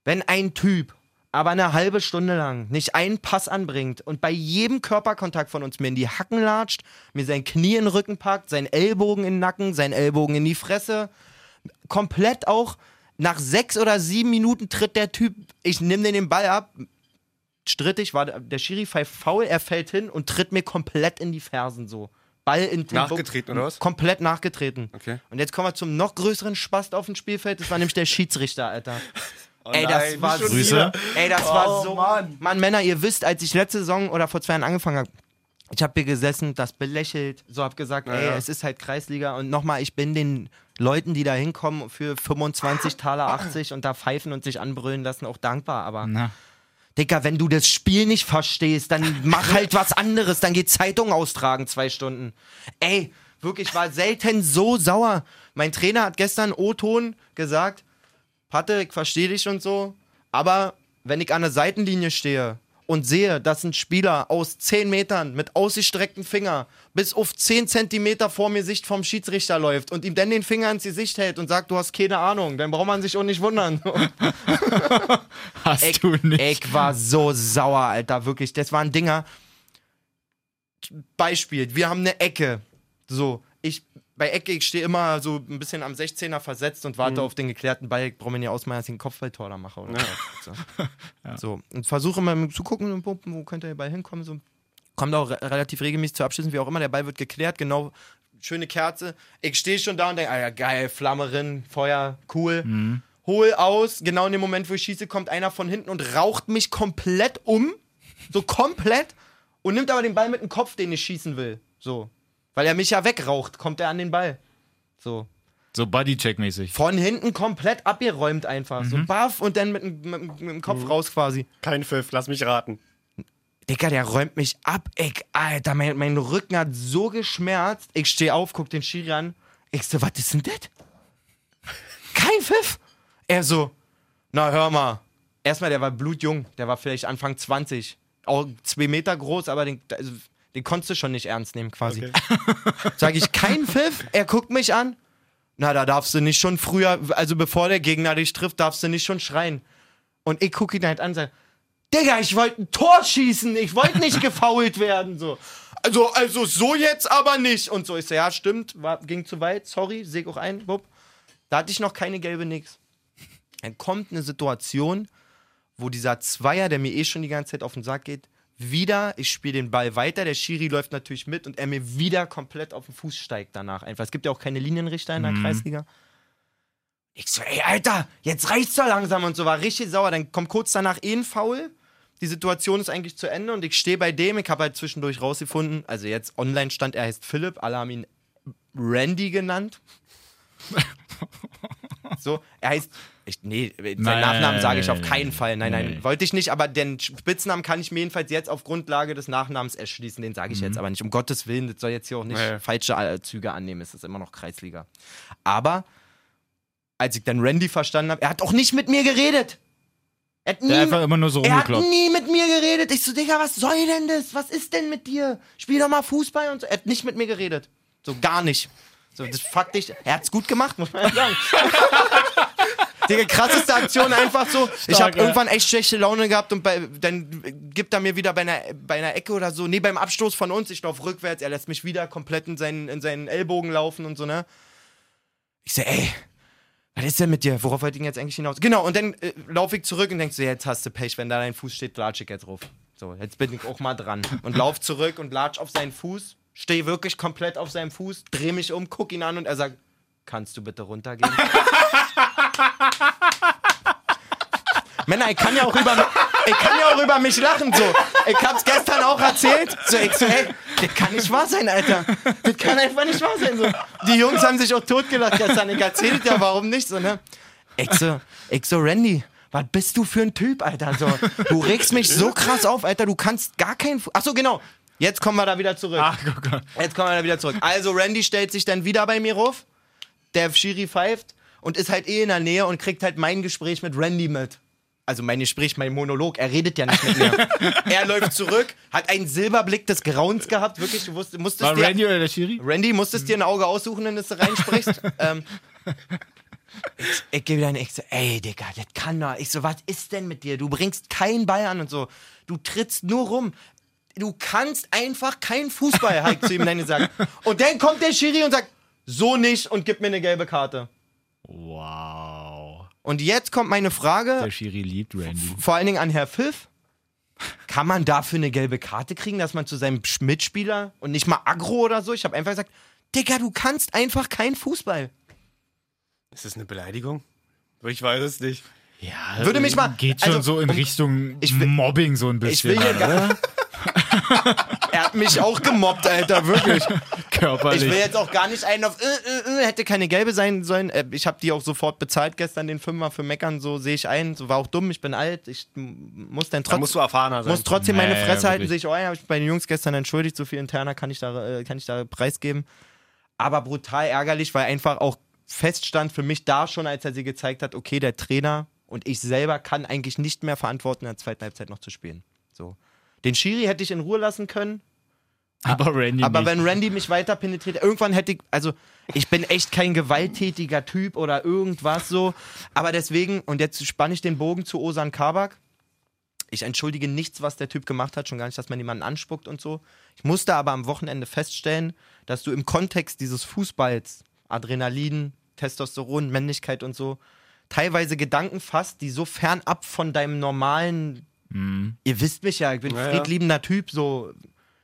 Wenn ein Typ aber eine halbe Stunde lang nicht einen Pass anbringt und bei jedem Körperkontakt von uns mir in die Hacken latscht, mir sein Knie in den Rücken packt, seinen Ellbogen in den Nacken, seinen Ellbogen in die Fresse, komplett auch nach sechs oder sieben Minuten tritt der Typ, ich nehme den den Ball ab, strittig war der- der Schiri pfeift faul, er fällt hin und tritt mir komplett in die Fersen so. Ball in den
Nachgetreten, oder was?
Komplett nachgetreten.
Okay.
Und jetzt kommen wir zum noch größeren Spast auf dem Spielfeld, das war nämlich der Schiedsrichter, Alter. Ey, das
nein,
war
schon Oh,
so-
wieder.
Ey, das war so. Mann. Männer, ihr wisst, als ich letzte Saison oder vor zwei Jahren angefangen habe, ich habe hier gesessen, das belächelt, so habe gesagt, ey,
ja.
es ist halt Kreisliga und nochmal, ich bin den Leuten, die da hinkommen für 25 Taler 80 und da pfeifen und sich anbrüllen lassen, auch dankbar, aber
Na.
Dicker, wenn du das Spiel nicht verstehst, dann mach halt was anderes, dann geh Zeitung austragen zwei Stunden. Ey, wirklich, ich war selten so sauer. Mein Trainer hat gestern O-Ton gesagt, Patte, ich verstehe dich und so, aber wenn ich an der Seitenlinie stehe und sehe, dass ein Spieler aus 10 Metern mit ausgestrecktem Finger bis auf 10 Zentimeter vor mir Sicht vom Schiedsrichter läuft und ihm dann den Finger ins Gesicht hält und sagt, du hast keine Ahnung, dann braucht man sich auch nicht wundern.
Hast
Ich,
du nicht.
ich war so sauer, Alter, wirklich. Das waren Dinger. Beispiel, wir haben eine Ecke. So, ich bei Ecke, ich stehe immer so ein bisschen am 16er versetzt und warte auf den geklärten Ball. Ich brauche mir nicht ausmalen, dass ich einen Kopfballtor da mache. Oder so. so, und versuche mal zu gucken, und pumpen, wo könnte der Ball hinkommen. So. Kommt auch re relativ regelmäßig zu Abschlüssen, wie auch immer. Der Ball wird geklärt, genau. Schöne Kerze. Ich stehe schon da und denke, Alter, geil, Flamme drin, Feuer, cool hol aus. Genau in dem Moment, wo ich schieße, kommt einer von hinten und raucht mich komplett um. So komplett. Und nimmt aber den Ball mit dem Kopf, den ich schießen will. So. Weil er mich ja wegraucht, kommt er an den Ball. So.
So Bodycheck-mäßig.
Von hinten komplett abgeräumt einfach. So baff und dann mit, dem- mit, dem- mit dem Kopf raus quasi.
Kein Pfiff, lass mich raten.
Digga, der räumt mich ab, ey, Alter, mein, mein Rücken hat so geschmerzt. Ich stehe auf, guck den Schiri an. Ich so, was ist denn das? Kein Pfiff. Er so, na hör mal. Erstmal, der war blutjung, der war vielleicht Anfang 20. Auch zwei Meter groß, aber den, also, den konntest du schon nicht ernst nehmen quasi. Sag ich, kein Pfiff. Er guckt mich an. Na, da darfst du nicht schon früher, also bevor der Gegner dich trifft, darfst du nicht schon schreien. Und ich gucke ihn halt an und sage, Digga, ich wollte ein Tor schießen, ich wollte nicht gefault werden, so. Also, also so jetzt aber nicht. Und so, ich so, ja, stimmt, war, ging zu weit, sorry, seh ich auch ein, bupp. Da hatte ich noch keine gelbe nix. Dann kommt eine Situation, wo dieser Zweier, der mir eh schon die ganze Zeit auf den Sack geht, wieder, ich spiele den Ball weiter, der Schiri läuft natürlich mit und er mir wieder komplett auf den Fuß steigt danach einfach. Es gibt ja auch keine Linienrichter in
Mhm.
der Kreisliga. Ich so, ey, Alter, jetzt reicht's doch langsam und so, war richtig sauer. Dann kommt kurz danach eh ein Foul. Die Situation ist eigentlich zu Ende und ich stehe bei dem. Ich habe halt zwischendurch rausgefunden, also jetzt online stand, er heißt Philipp, alle haben ihn Randy genannt. so, er heißt. Ich, nee, seinen
Nein,
Nachnamen sage ich auf
nein,
keinen Fall. Nein, nein,
nee.
wollte ich nicht, aber den Spitznamen kann ich mir jedenfalls jetzt auf Grundlage des Nachnamens erschließen. Den sage ich
Mhm.
jetzt aber nicht. Um Gottes Willen, das soll jetzt hier auch nicht
Nee.
falsche äh, Züge annehmen. Es ist immer noch Kreisliga. Aber als ich dann Randy verstanden habe, er hat auch nicht mit mir geredet. Er hat nie,
Der einfach immer nur so
er hat
rumgekloppt.
nie mit mir geredet. Ich so, Digga, was soll denn das? Was ist denn mit dir? Spiel doch mal Fußball und so. Er hat nicht mit mir geredet. So gar nicht. So, das fuck dich. Er hat's gut gemacht, muss man sagen. Digga, krasseste Aktion einfach so. ich
Stark,
habe
ja.
irgendwann echt schlechte Laune gehabt und bei, dann gibt er mir wieder bei einer, bei einer Ecke oder so, nee, beim Abstoß von uns, ich laufe rückwärts, er lässt mich wieder komplett in seinen, in seinen Ellbogen laufen und so, ne? Ich so, ey, was ist denn mit dir? Worauf wollte ich denn jetzt eigentlich hinaus? Genau, und dann äh, laufe ich zurück und denkst so, jetzt hast du Pech, wenn da dein Fuß steht, latsch ich jetzt drauf. So, jetzt bin ich auch mal dran. Und lauf zurück und latsch auf seinen Fuß, stehe wirklich komplett auf seinem Fuß, dreh mich um, guck ihn an und er sagt, kannst du bitte runtergehen? Männer, ich kann ja auch über, ich kann ja auch über mich lachen, so. Ich hab's gestern auch erzählt. So, ich so, ey, das kann nicht wahr sein, Alter. Das kann einfach nicht wahr sein, so. Die Jungs haben sich auch totgelacht gestern. Ich erzähl ja, warum nicht, so, ne? Ich so, ich so, Randy, was bist du für ein Typ, Alter, so. Du regst mich so krass auf, Alter, du kannst gar keinen, Fu- Ach so, genau. Jetzt kommen wir da wieder zurück.
Ach, guck mal.
Jetzt kommen wir da wieder zurück. Also Randy stellt sich dann wieder bei mir ruf. Der Schiri pfeift und ist halt eh in der Nähe und kriegt halt mein Gespräch mit Randy mit. Also mein Gespräch, mein Monolog, er redet ja nicht mit mir. er läuft zurück, hat einen Silberblick des Grauens gehabt, wirklich, du wusstest, musstest
War
dir...
Randy oder der Schiri?
Randy, musstest dir ein Auge aussuchen, wenn du da reinsprichst. ähm, ich, ich gebe dann echt so, ey, Digga, das kann doch. Ich so, was ist denn mit dir? Du bringst keinen Ball an und so. Du trittst nur rum. Du kannst einfach keinen Fußball, hab ich zu ihm dann gesagt. Und dann kommt der Schiri und sagt, so nicht und gibt mir eine gelbe Karte.
Wow.
Und jetzt kommt meine Frage,
Der Schiri liebt Randy.
vor allen Dingen an Herr Pfiff. Kann man dafür eine gelbe Karte kriegen, dass man zu seinem Sch- Mitspieler und nicht mal aggro oder so? Ich habe einfach gesagt, Digga, du kannst einfach keinen Fußball.
Ist das eine Beleidigung? Ich weiß es nicht.
Ja,
Würde mich mal-
Geht
also,
schon so in
um-
Richtung
ich will-
Mobbing so ein bisschen.
Ich will hier
oder?
gar Er hat mich auch gemobbt, Alter, wirklich.
Körperlich.
Ich will jetzt auch gar nicht einen auf äh, äh, äh, hätte keine gelbe sein sollen. Äh, Ich habe die auch sofort bezahlt gestern den Fünfer für meckern, so sehe ich ein, so war auch dumm, ich bin alt, ich m- muss dann
Da
trotzdem
musst du erfahrener sein.
muss trotzdem meine
Nee,
Fresse halten,
wirklich.
sehe ich euer, habe ich bei den Jungs gestern entschuldigt, so viel interner kann ich da äh, kann ich da preisgeben. Aber brutal ärgerlich, weil einfach auch feststand für mich da schon, als er sie gezeigt hat, okay, der Trainer und ich selber kann eigentlich nicht mehr verantworten, in der zweiten Halbzeit noch zu spielen. So. Den Schiri hätte ich in Ruhe lassen können,
aber Randy
aber
nicht.
wenn Randy mich weiter penetriert, irgendwann hätte ich, also ich bin echt kein gewalttätiger Typ oder irgendwas so. Aber deswegen, und jetzt spanne ich den Bogen zu Osan Kabak. Ich entschuldige nichts, was der Typ gemacht hat, schon gar nicht, dass man jemanden anspuckt und so. Ich musste aber am Wochenende feststellen, dass du im Kontext dieses Fußballs, Adrenalin, Testosteron, Männlichkeit und so, teilweise Gedanken fasst, die so fernab von deinem normalen, ihr wisst mich ja, ich bin
Ja, ja.
friedliebender Typ, so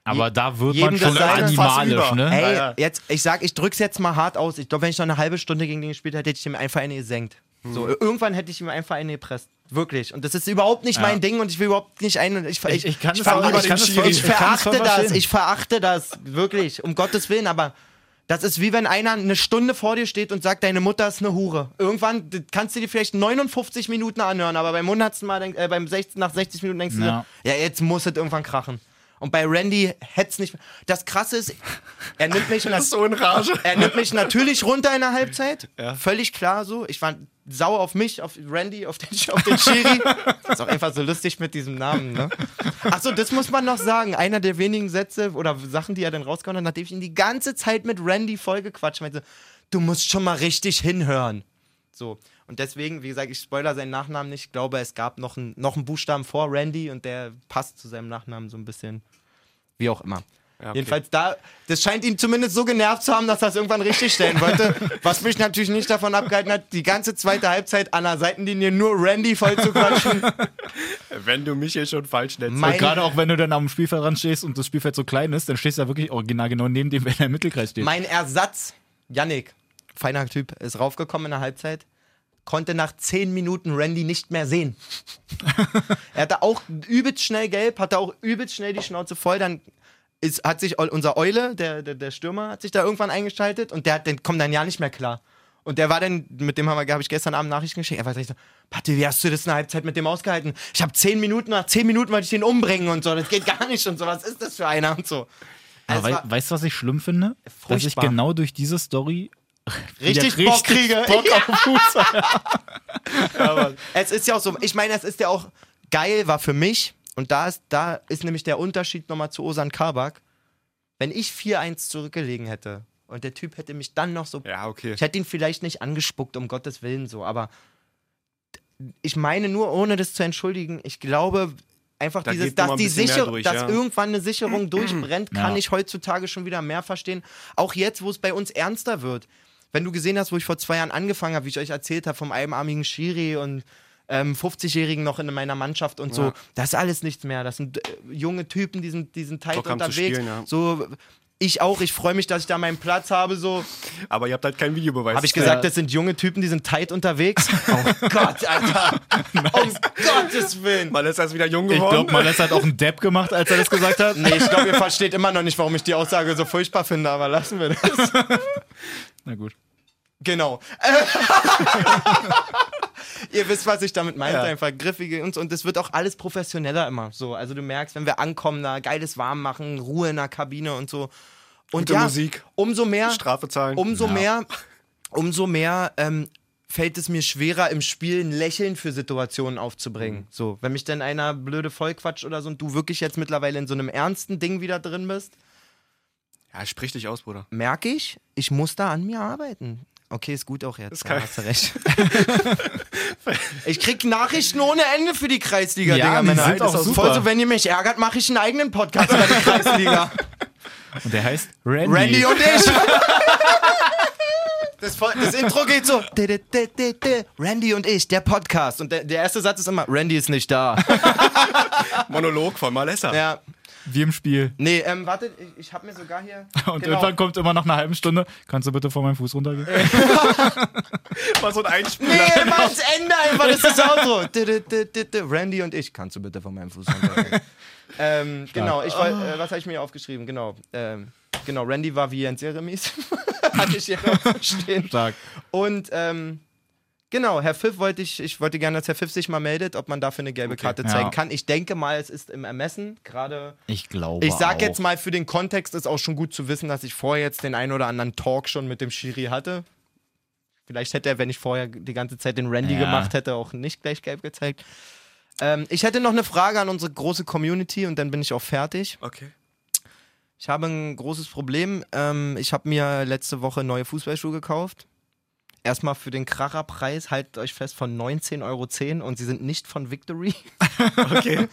aber da wird
jedem
man schon
das seine, fass
animalisch,
über.
ne?
Ey,
Ja, ja.
jetzt, ich sag, ich drück's jetzt mal hart
Hm.
aus. Ich glaube, wenn ich noch eine halbe Stunde gegen den gespielt hätte, hätte ich ihm einfach eine gesenkt. So, irgendwann hätte ich ihm einfach eine gepresst. Wirklich. Und das ist überhaupt nicht mein Ding und ich will überhaupt nicht ein. Ich,
Ich- ich kann
ich,
das aber-
ver-
ich kann das
ich,
voll-
ich
ich kann das
verachte
voll
das.
verstehen.
Ich verachte das. Wirklich. Um Gottes Willen. Aber das ist wie wenn einer eine Stunde vor dir steht und sagt, deine Mutter ist eine Hure. Irgendwann das kannst du dir vielleicht 59 Minuten anhören, aber beim 100. Mal, denk, äh, beim 16, nach 60 Minuten denkst du
Ja.
dir, ja, jetzt muss es irgendwann krachen. Und bei Randy hätt's nicht. Das Krasse ist, er nimmt mich in
Das ist so in Rage.
er nimmt mich natürlich runter in der Halbzeit. Völlig klar so. Ich war sauer auf mich, auf Randy, auf den, auf den Schiri. ist auch einfach so lustig mit diesem Namen, ne? Achso, das muss man noch sagen. Einer der wenigen Sätze oder Sachen, die er dann rausgehauen hat, nachdem ich ihn die ganze Zeit mit Randy vollgequatscht meinte, du musst schon mal richtig hinhören. So. Und deswegen, wie gesagt, ich spoiler seinen Nachnamen nicht. Ich glaube, es gab noch einen, noch einen Buchstaben vor Randy und der passt zu seinem Nachnamen so ein bisschen. Wie auch immer. Jedenfalls da, das scheint ihn zumindest so genervt zu haben, dass er es irgendwann richtig stellen wollte. was mich natürlich nicht davon abgehalten hat, die ganze zweite Halbzeit an der Seitenlinie nur Randy voll zu quatschen.
Wenn du mich hier schon falsch nennst.
Mein-
Und gerade auch wenn du dann am Spielfeld ran stehst und das Spielfeld so klein ist, dann stehst du ja wirklich original genau neben dem, wenn er im Mittelkreis steht.
mein Ersatz, Yannick, feiner Typ, ist raufgekommen in der Halbzeit, konnte nach 10 Minuten Randy nicht mehr sehen. er hatte auch übelst schnell gelb, hatte auch übelst schnell die Schnauze voll, dann ist, hat sich Eu- unser Eule, der, der, der Stürmer, hat sich da irgendwann eingeschaltet und der hat den, kommt dann ja nicht mehr klar. Und der war dann, mit dem habe hab ich gestern Abend Nachrichten geschickt, er war gleich so, Patti, wie hast du das in der Halbzeit mit dem ausgehalten? Ich habe zehn Minuten, nach zehn Minuten wollte ich den umbringen und so, das geht gar nicht und so, was ist das für einer und so.
Aber
Es
wei
war-
weißt du, was ich schlimm finde? Dass ich
Furchtbar.
genau durch diese Story wieder
Richtig Bock kriege.
Bock auf Fußball.
Es ist ja auch so, ich meine, es ist ja auch geil, war für mich. Und da ist, da ist nämlich der Unterschied nochmal zu Osan Kabak. Wenn ich 4-1 zurückgelegen hätte und der Typ hätte mich dann noch so.
ja, okay.
Ich hätte ihn vielleicht nicht angespuckt, um Gottes Willen so, aber ich meine nur, ohne das zu entschuldigen, ich glaube einfach
Da
dieses,
geht noch
dass
mal ein
die
bisschen mehr
Sicher
durch,
dass
ja.
irgendwann eine Sicherung durchbrennt, kann
Ja.
ich heutzutage schon wieder mehr verstehen. Auch jetzt, wo es bei uns ernster wird. Wenn du gesehen hast, wo ich vor zwei Jahren angefangen habe, wie ich euch erzählt habe, vom einarmigen Schiri und ähm, 50-Jährigen noch in meiner Mannschaft und so, das ist alles nichts mehr. Das sind äh, junge Typen, die sind, die sind tight
Bock haben zu
unterwegs.
spielen, ja.
So, ich auch, ich freue mich, dass ich da meinen Platz habe. So,
Aber ihr habt halt keinen Videobeweis.
habe ich gesagt, das sind junge Typen, die sind tight unterwegs? Oh Gott, Alter. Um Gottes Willen.
Äh, Man ist erst wieder jung
Ich
geworden.
glaube, Malles hat halt auch einen Depp gemacht, als er das gesagt hat.
Nee, ich glaube, ihr versteht immer noch nicht, warum ich die Aussage so furchtbar finde, aber lassen wir das.
Na gut.
Genau. ihr wisst, was ich damit meinte, einfach griffige und so. Und es wird auch alles professioneller immer. So, also du merkst, wenn wir ankommen, da geiles Warm machen, Ruhe in der Kabine und so. Und
Gute
ja,
Musik.
umso mehr
Strafe zahlen.
umso
Ja.
mehr, umso mehr ähm, fällt es mir schwerer, im Spiel ein Lächeln für Situationen
Mhm.
aufzubringen. So, wenn mich dann einer blöde vollquatscht oder so und du wirklich jetzt mittlerweile in so einem ernsten Ding wieder drin bist,
ja, sprich dich aus, Bruder.
merke ich, ich muss da an mir arbeiten. Okay, ist gut auch jetzt.
Ist
ja,
geil.
hast du recht. ich krieg Nachrichten ohne Ende für die Kreisliga,
Ja,
Digga.
die
Männer.
sind
Das ist
auch super.
Voll so, wenn ihr mich ärgert, mache ich einen eigenen Podcast über die Kreisliga.
Und der heißt Randy.
Randy und ich. Das, Voll- das Intro geht so. di- di- di- di- di. Randy und ich, der Podcast. Und der, der erste Satz ist immer, Randy ist nicht da.
Monolog von Malessa.
Ja.
Wie im Spiel.
Nee, ähm, wartet, ich, ich hab mir sogar hier.
Und
genau.
irgendwann kommt immer nach einer halben Stunde, kannst du bitte vor meinem Fuß runtergehen?
Mal so ein Einspieler.
Nee, immer ans Ende einfach, das ist das Outro. Di- di- di- di- di. Randy und ich. Kannst du bitte von meinem Fuß runtergehen? ähm, genau, ich wollt,
Ah.
äh, was habe ich mir aufgeschrieben? Genau. Ähm, genau, Randy war wie Jens Jeremies. Hatte ich hier noch stehen.
Stark.
Und ähm, genau, Herr Pfiff wollte ich, ich wollte gerne, dass Herr Pfiff sich mal meldet, ob man dafür eine gelbe Karte zeigen
Ja.
kann. Ich denke mal, es ist im Ermessen. Gerade,
Ich glaube.
ich sag
auch.
jetzt mal, für den Kontext ist auch schon gut zu wissen, dass ich vorher jetzt den einen oder anderen Talk schon mit dem Schiri hatte. Vielleicht hätte er, wenn ich vorher die ganze Zeit den Randy
Ja.
gemacht hätte, auch nicht gleich gelb gezeigt. Ähm, ich hätte noch eine Frage an unsere große Community und dann bin ich auch fertig.
Okay.
Ich habe ein großes Problem. Ähm, ich habe mir letzte Woche neue Fußballschuhe gekauft. Erstmal für den Kracherpreis, haltet euch fest, von 19,10 Euro und sie sind nicht von Victory.
Okay.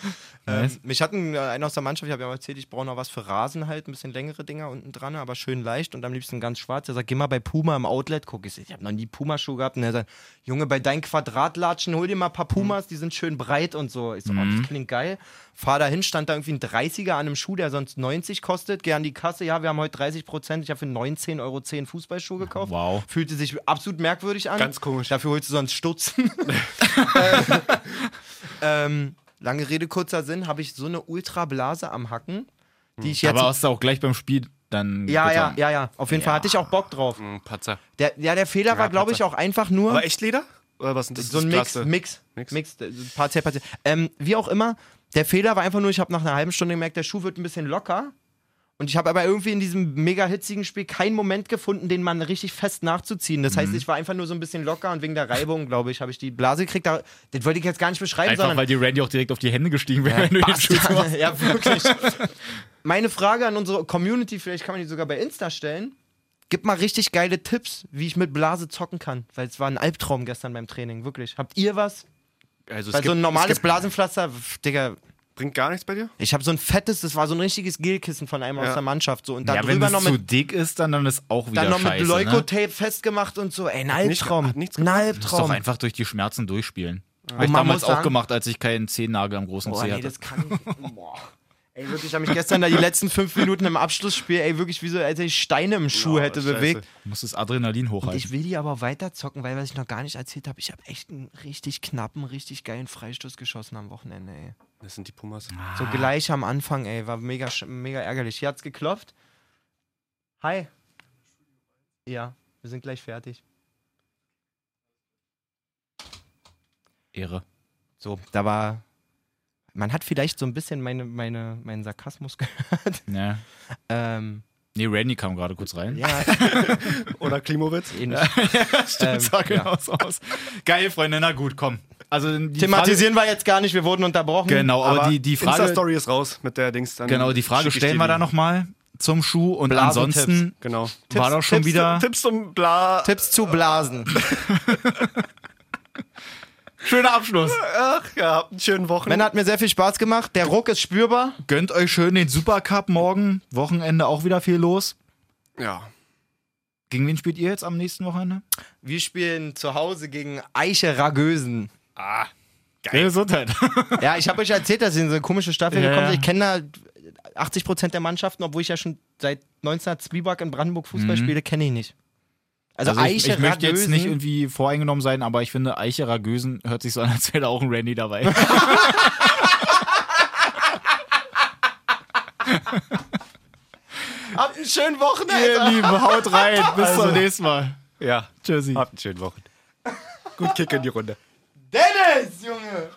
Ähm, mich hatten äh, einer aus der Mannschaft, ich habe ja mal erzählt, ich brauche noch was für Rasen halt, ein bisschen längere Dinger unten dran, aber schön leicht und am liebsten ganz schwarz. Der sagt, geh mal bei Puma im Outlet, guck ich, ich habe noch nie Puma-Schuhe gehabt. Und er sagt, Junge, bei deinen Quadratlatschen hol dir mal ein paar Pumas, die sind schön breit und so. Ich so,
Mhm.
oh, das klingt geil. Fahr dahin, stand da irgendwie ein 30er an einem Schuh, der sonst 90 kostet. Geh an die Kasse, ja, wir haben heute 30 Prozent. Ich habe für 19,10 Euro Fußballschuhe gekauft.
Wow.
Fühlte sich absolut merkwürdig an.
Ganz komisch.
Dafür holst du sonst Stutzen. ähm, lange Rede, kurzer Sinn, habe ich so eine Ultrablase am Hacken, die ich jetzt.
Hm. Aber hast du auch gleich beim Spiel dann.
ja, ja,
bekommen.
ja, ja. Auf jeden Fall hatte ich auch Bock drauf.
Hm, Patzer.
Der, ja, der Fehler war, glaube ich, auch einfach nur.
Aber echt Leder? Oder was sind das?
so ein Mix,
Plaste?
Mix, Mix,
Mix.
Mix, äh, partiell, partiell. Ähm, wie auch immer, der Fehler war einfach nur, ich habe nach einer halben Stunde gemerkt, der Schuh wird ein bisschen locker. Und ich habe aber irgendwie in diesem mega hitzigen Spiel keinen Moment gefunden, den man richtig fest nachzuziehen. Das heißt, ich war einfach nur so ein bisschen locker und wegen der Reibung, glaube ich, habe ich die Blase gekriegt. Da, das wollte ich jetzt gar nicht beschreiben,
Einfach
sondern
weil die Randy auch direkt auf die Hände gestiegen wäre, wenn du den Schuh
Bastard.
machst.
Ja, wirklich. Meine Frage an unsere Community, vielleicht kann man die sogar bei Insta stellen. Gib mal richtig geile Tipps, wie ich mit Blase zocken kann, weil es war ein Albtraum gestern beim Training, wirklich. Habt ihr was?
Also, es
Weil so ein
gibt-
normales
es gibt-
Blasenpflaster, pf, Digga,
Bringt gar nichts bei dir?
ich habe so ein fettes, das war so ein richtiges Gelkissen von einem aus
Ja.
der Mannschaft so und dann
Ja, wenn
drüber
es
noch
zu
mit
dick ist, dann, dann ist auch wieder
dann noch mit
scheiße. ne?
Leukotape festgemacht und so. Ey, ein
nicht-
Albtraum.
hat nichts
ein
gemacht.
Ist doch
Albtraum.
einfach durch die Schmerzen durchspielen. Habe ich
man
damals
muss
auch
sagen-
gemacht, als ich keinen Zehennagel am großen
Boah,
Zeh
nee,
hatte.
das kann. Boah. Ey, wirklich, ich habe mich gestern da die letzten fünf Minuten im Abschlussspiel, ey, wirklich wie so, als ich Steine im Schuh
Ja,
hätte
scheiße.
bewegt.
Du musst das Adrenalin
Ich
hochhalten.
will die aber weiter zocken, weil, was ich noch gar nicht erzählt habe, ich habe echt einen richtig knappen, richtig geilen Freistoß geschossen am Wochenende, ey.
Das sind die Pumas.
So gleich am Anfang, ey, war mega, sch- mega ärgerlich. Hier hat's geklopft. Hi. Ja, wir sind gleich fertig.
Ehre.
So, da war. Man hat vielleicht so ein bisschen meine, meine, meinen Sarkasmus gehört.
Ja.
Ähm,
Nee, Randy kam gerade kurz rein.
ja,
Oder Klimowitz?
ähnlich.
Stimmt,
Ähm,
sah
ja.
genau so aus. Geil, Freunde, na gut, komm. Also die
Thematisieren wir jetzt gar nicht, wir wurden unterbrochen.
Frage, Genau, aber, die, die Frage,
Insta-Story ist raus mit der Dings. Dann
genau, die Frage
schick ich
stellen
dir
wir
die.
da nochmal zum Schuh und
Blasentipps.
ansonsten
Genau.
war doch schon
Tipps,
wieder
Tipps zum Bla.
Tipps zu Blasen.
schöner Abschluss.
Ach ja, habt einen schönen Wochen.
Männer hat mir sehr viel Spaß gemacht. Der Ruck ist spürbar.
Gönnt euch schön den Supercup morgen, Wochenende auch wieder viel los.
Ja.
Gegen wen spielt ihr jetzt am nächsten Wochenende?
Wir spielen zu Hause gegen Eiche Ragösen.
Geil. Gesundheit.
Ja, ich habe euch erzählt, dass ihr in so eine komische Staffel
Ja,
gekommen seid.
ja.
Ich kenne da 80 Prozent der Mannschaften, obwohl ich ja schon seit 1900 Zwieback in Brandenburg Fußball spiele, kenne ich nicht. Also,
Mhm. Also ich,
Eiche
ich möchte jetzt
Ragösen-
nicht irgendwie voreingenommen sein, aber ich finde, Eicherer Gösen hört sich so an, als wäre da auch ein Randy dabei.
Habt einen schönen Wochenende.
Ihr Lieben, haut rein. Bis zum nächsten Mal.
Ja.
Also. Tschüssi.
Habt einen schönen Wochen. Gut Kick in die Runde.
Dennis, Junge.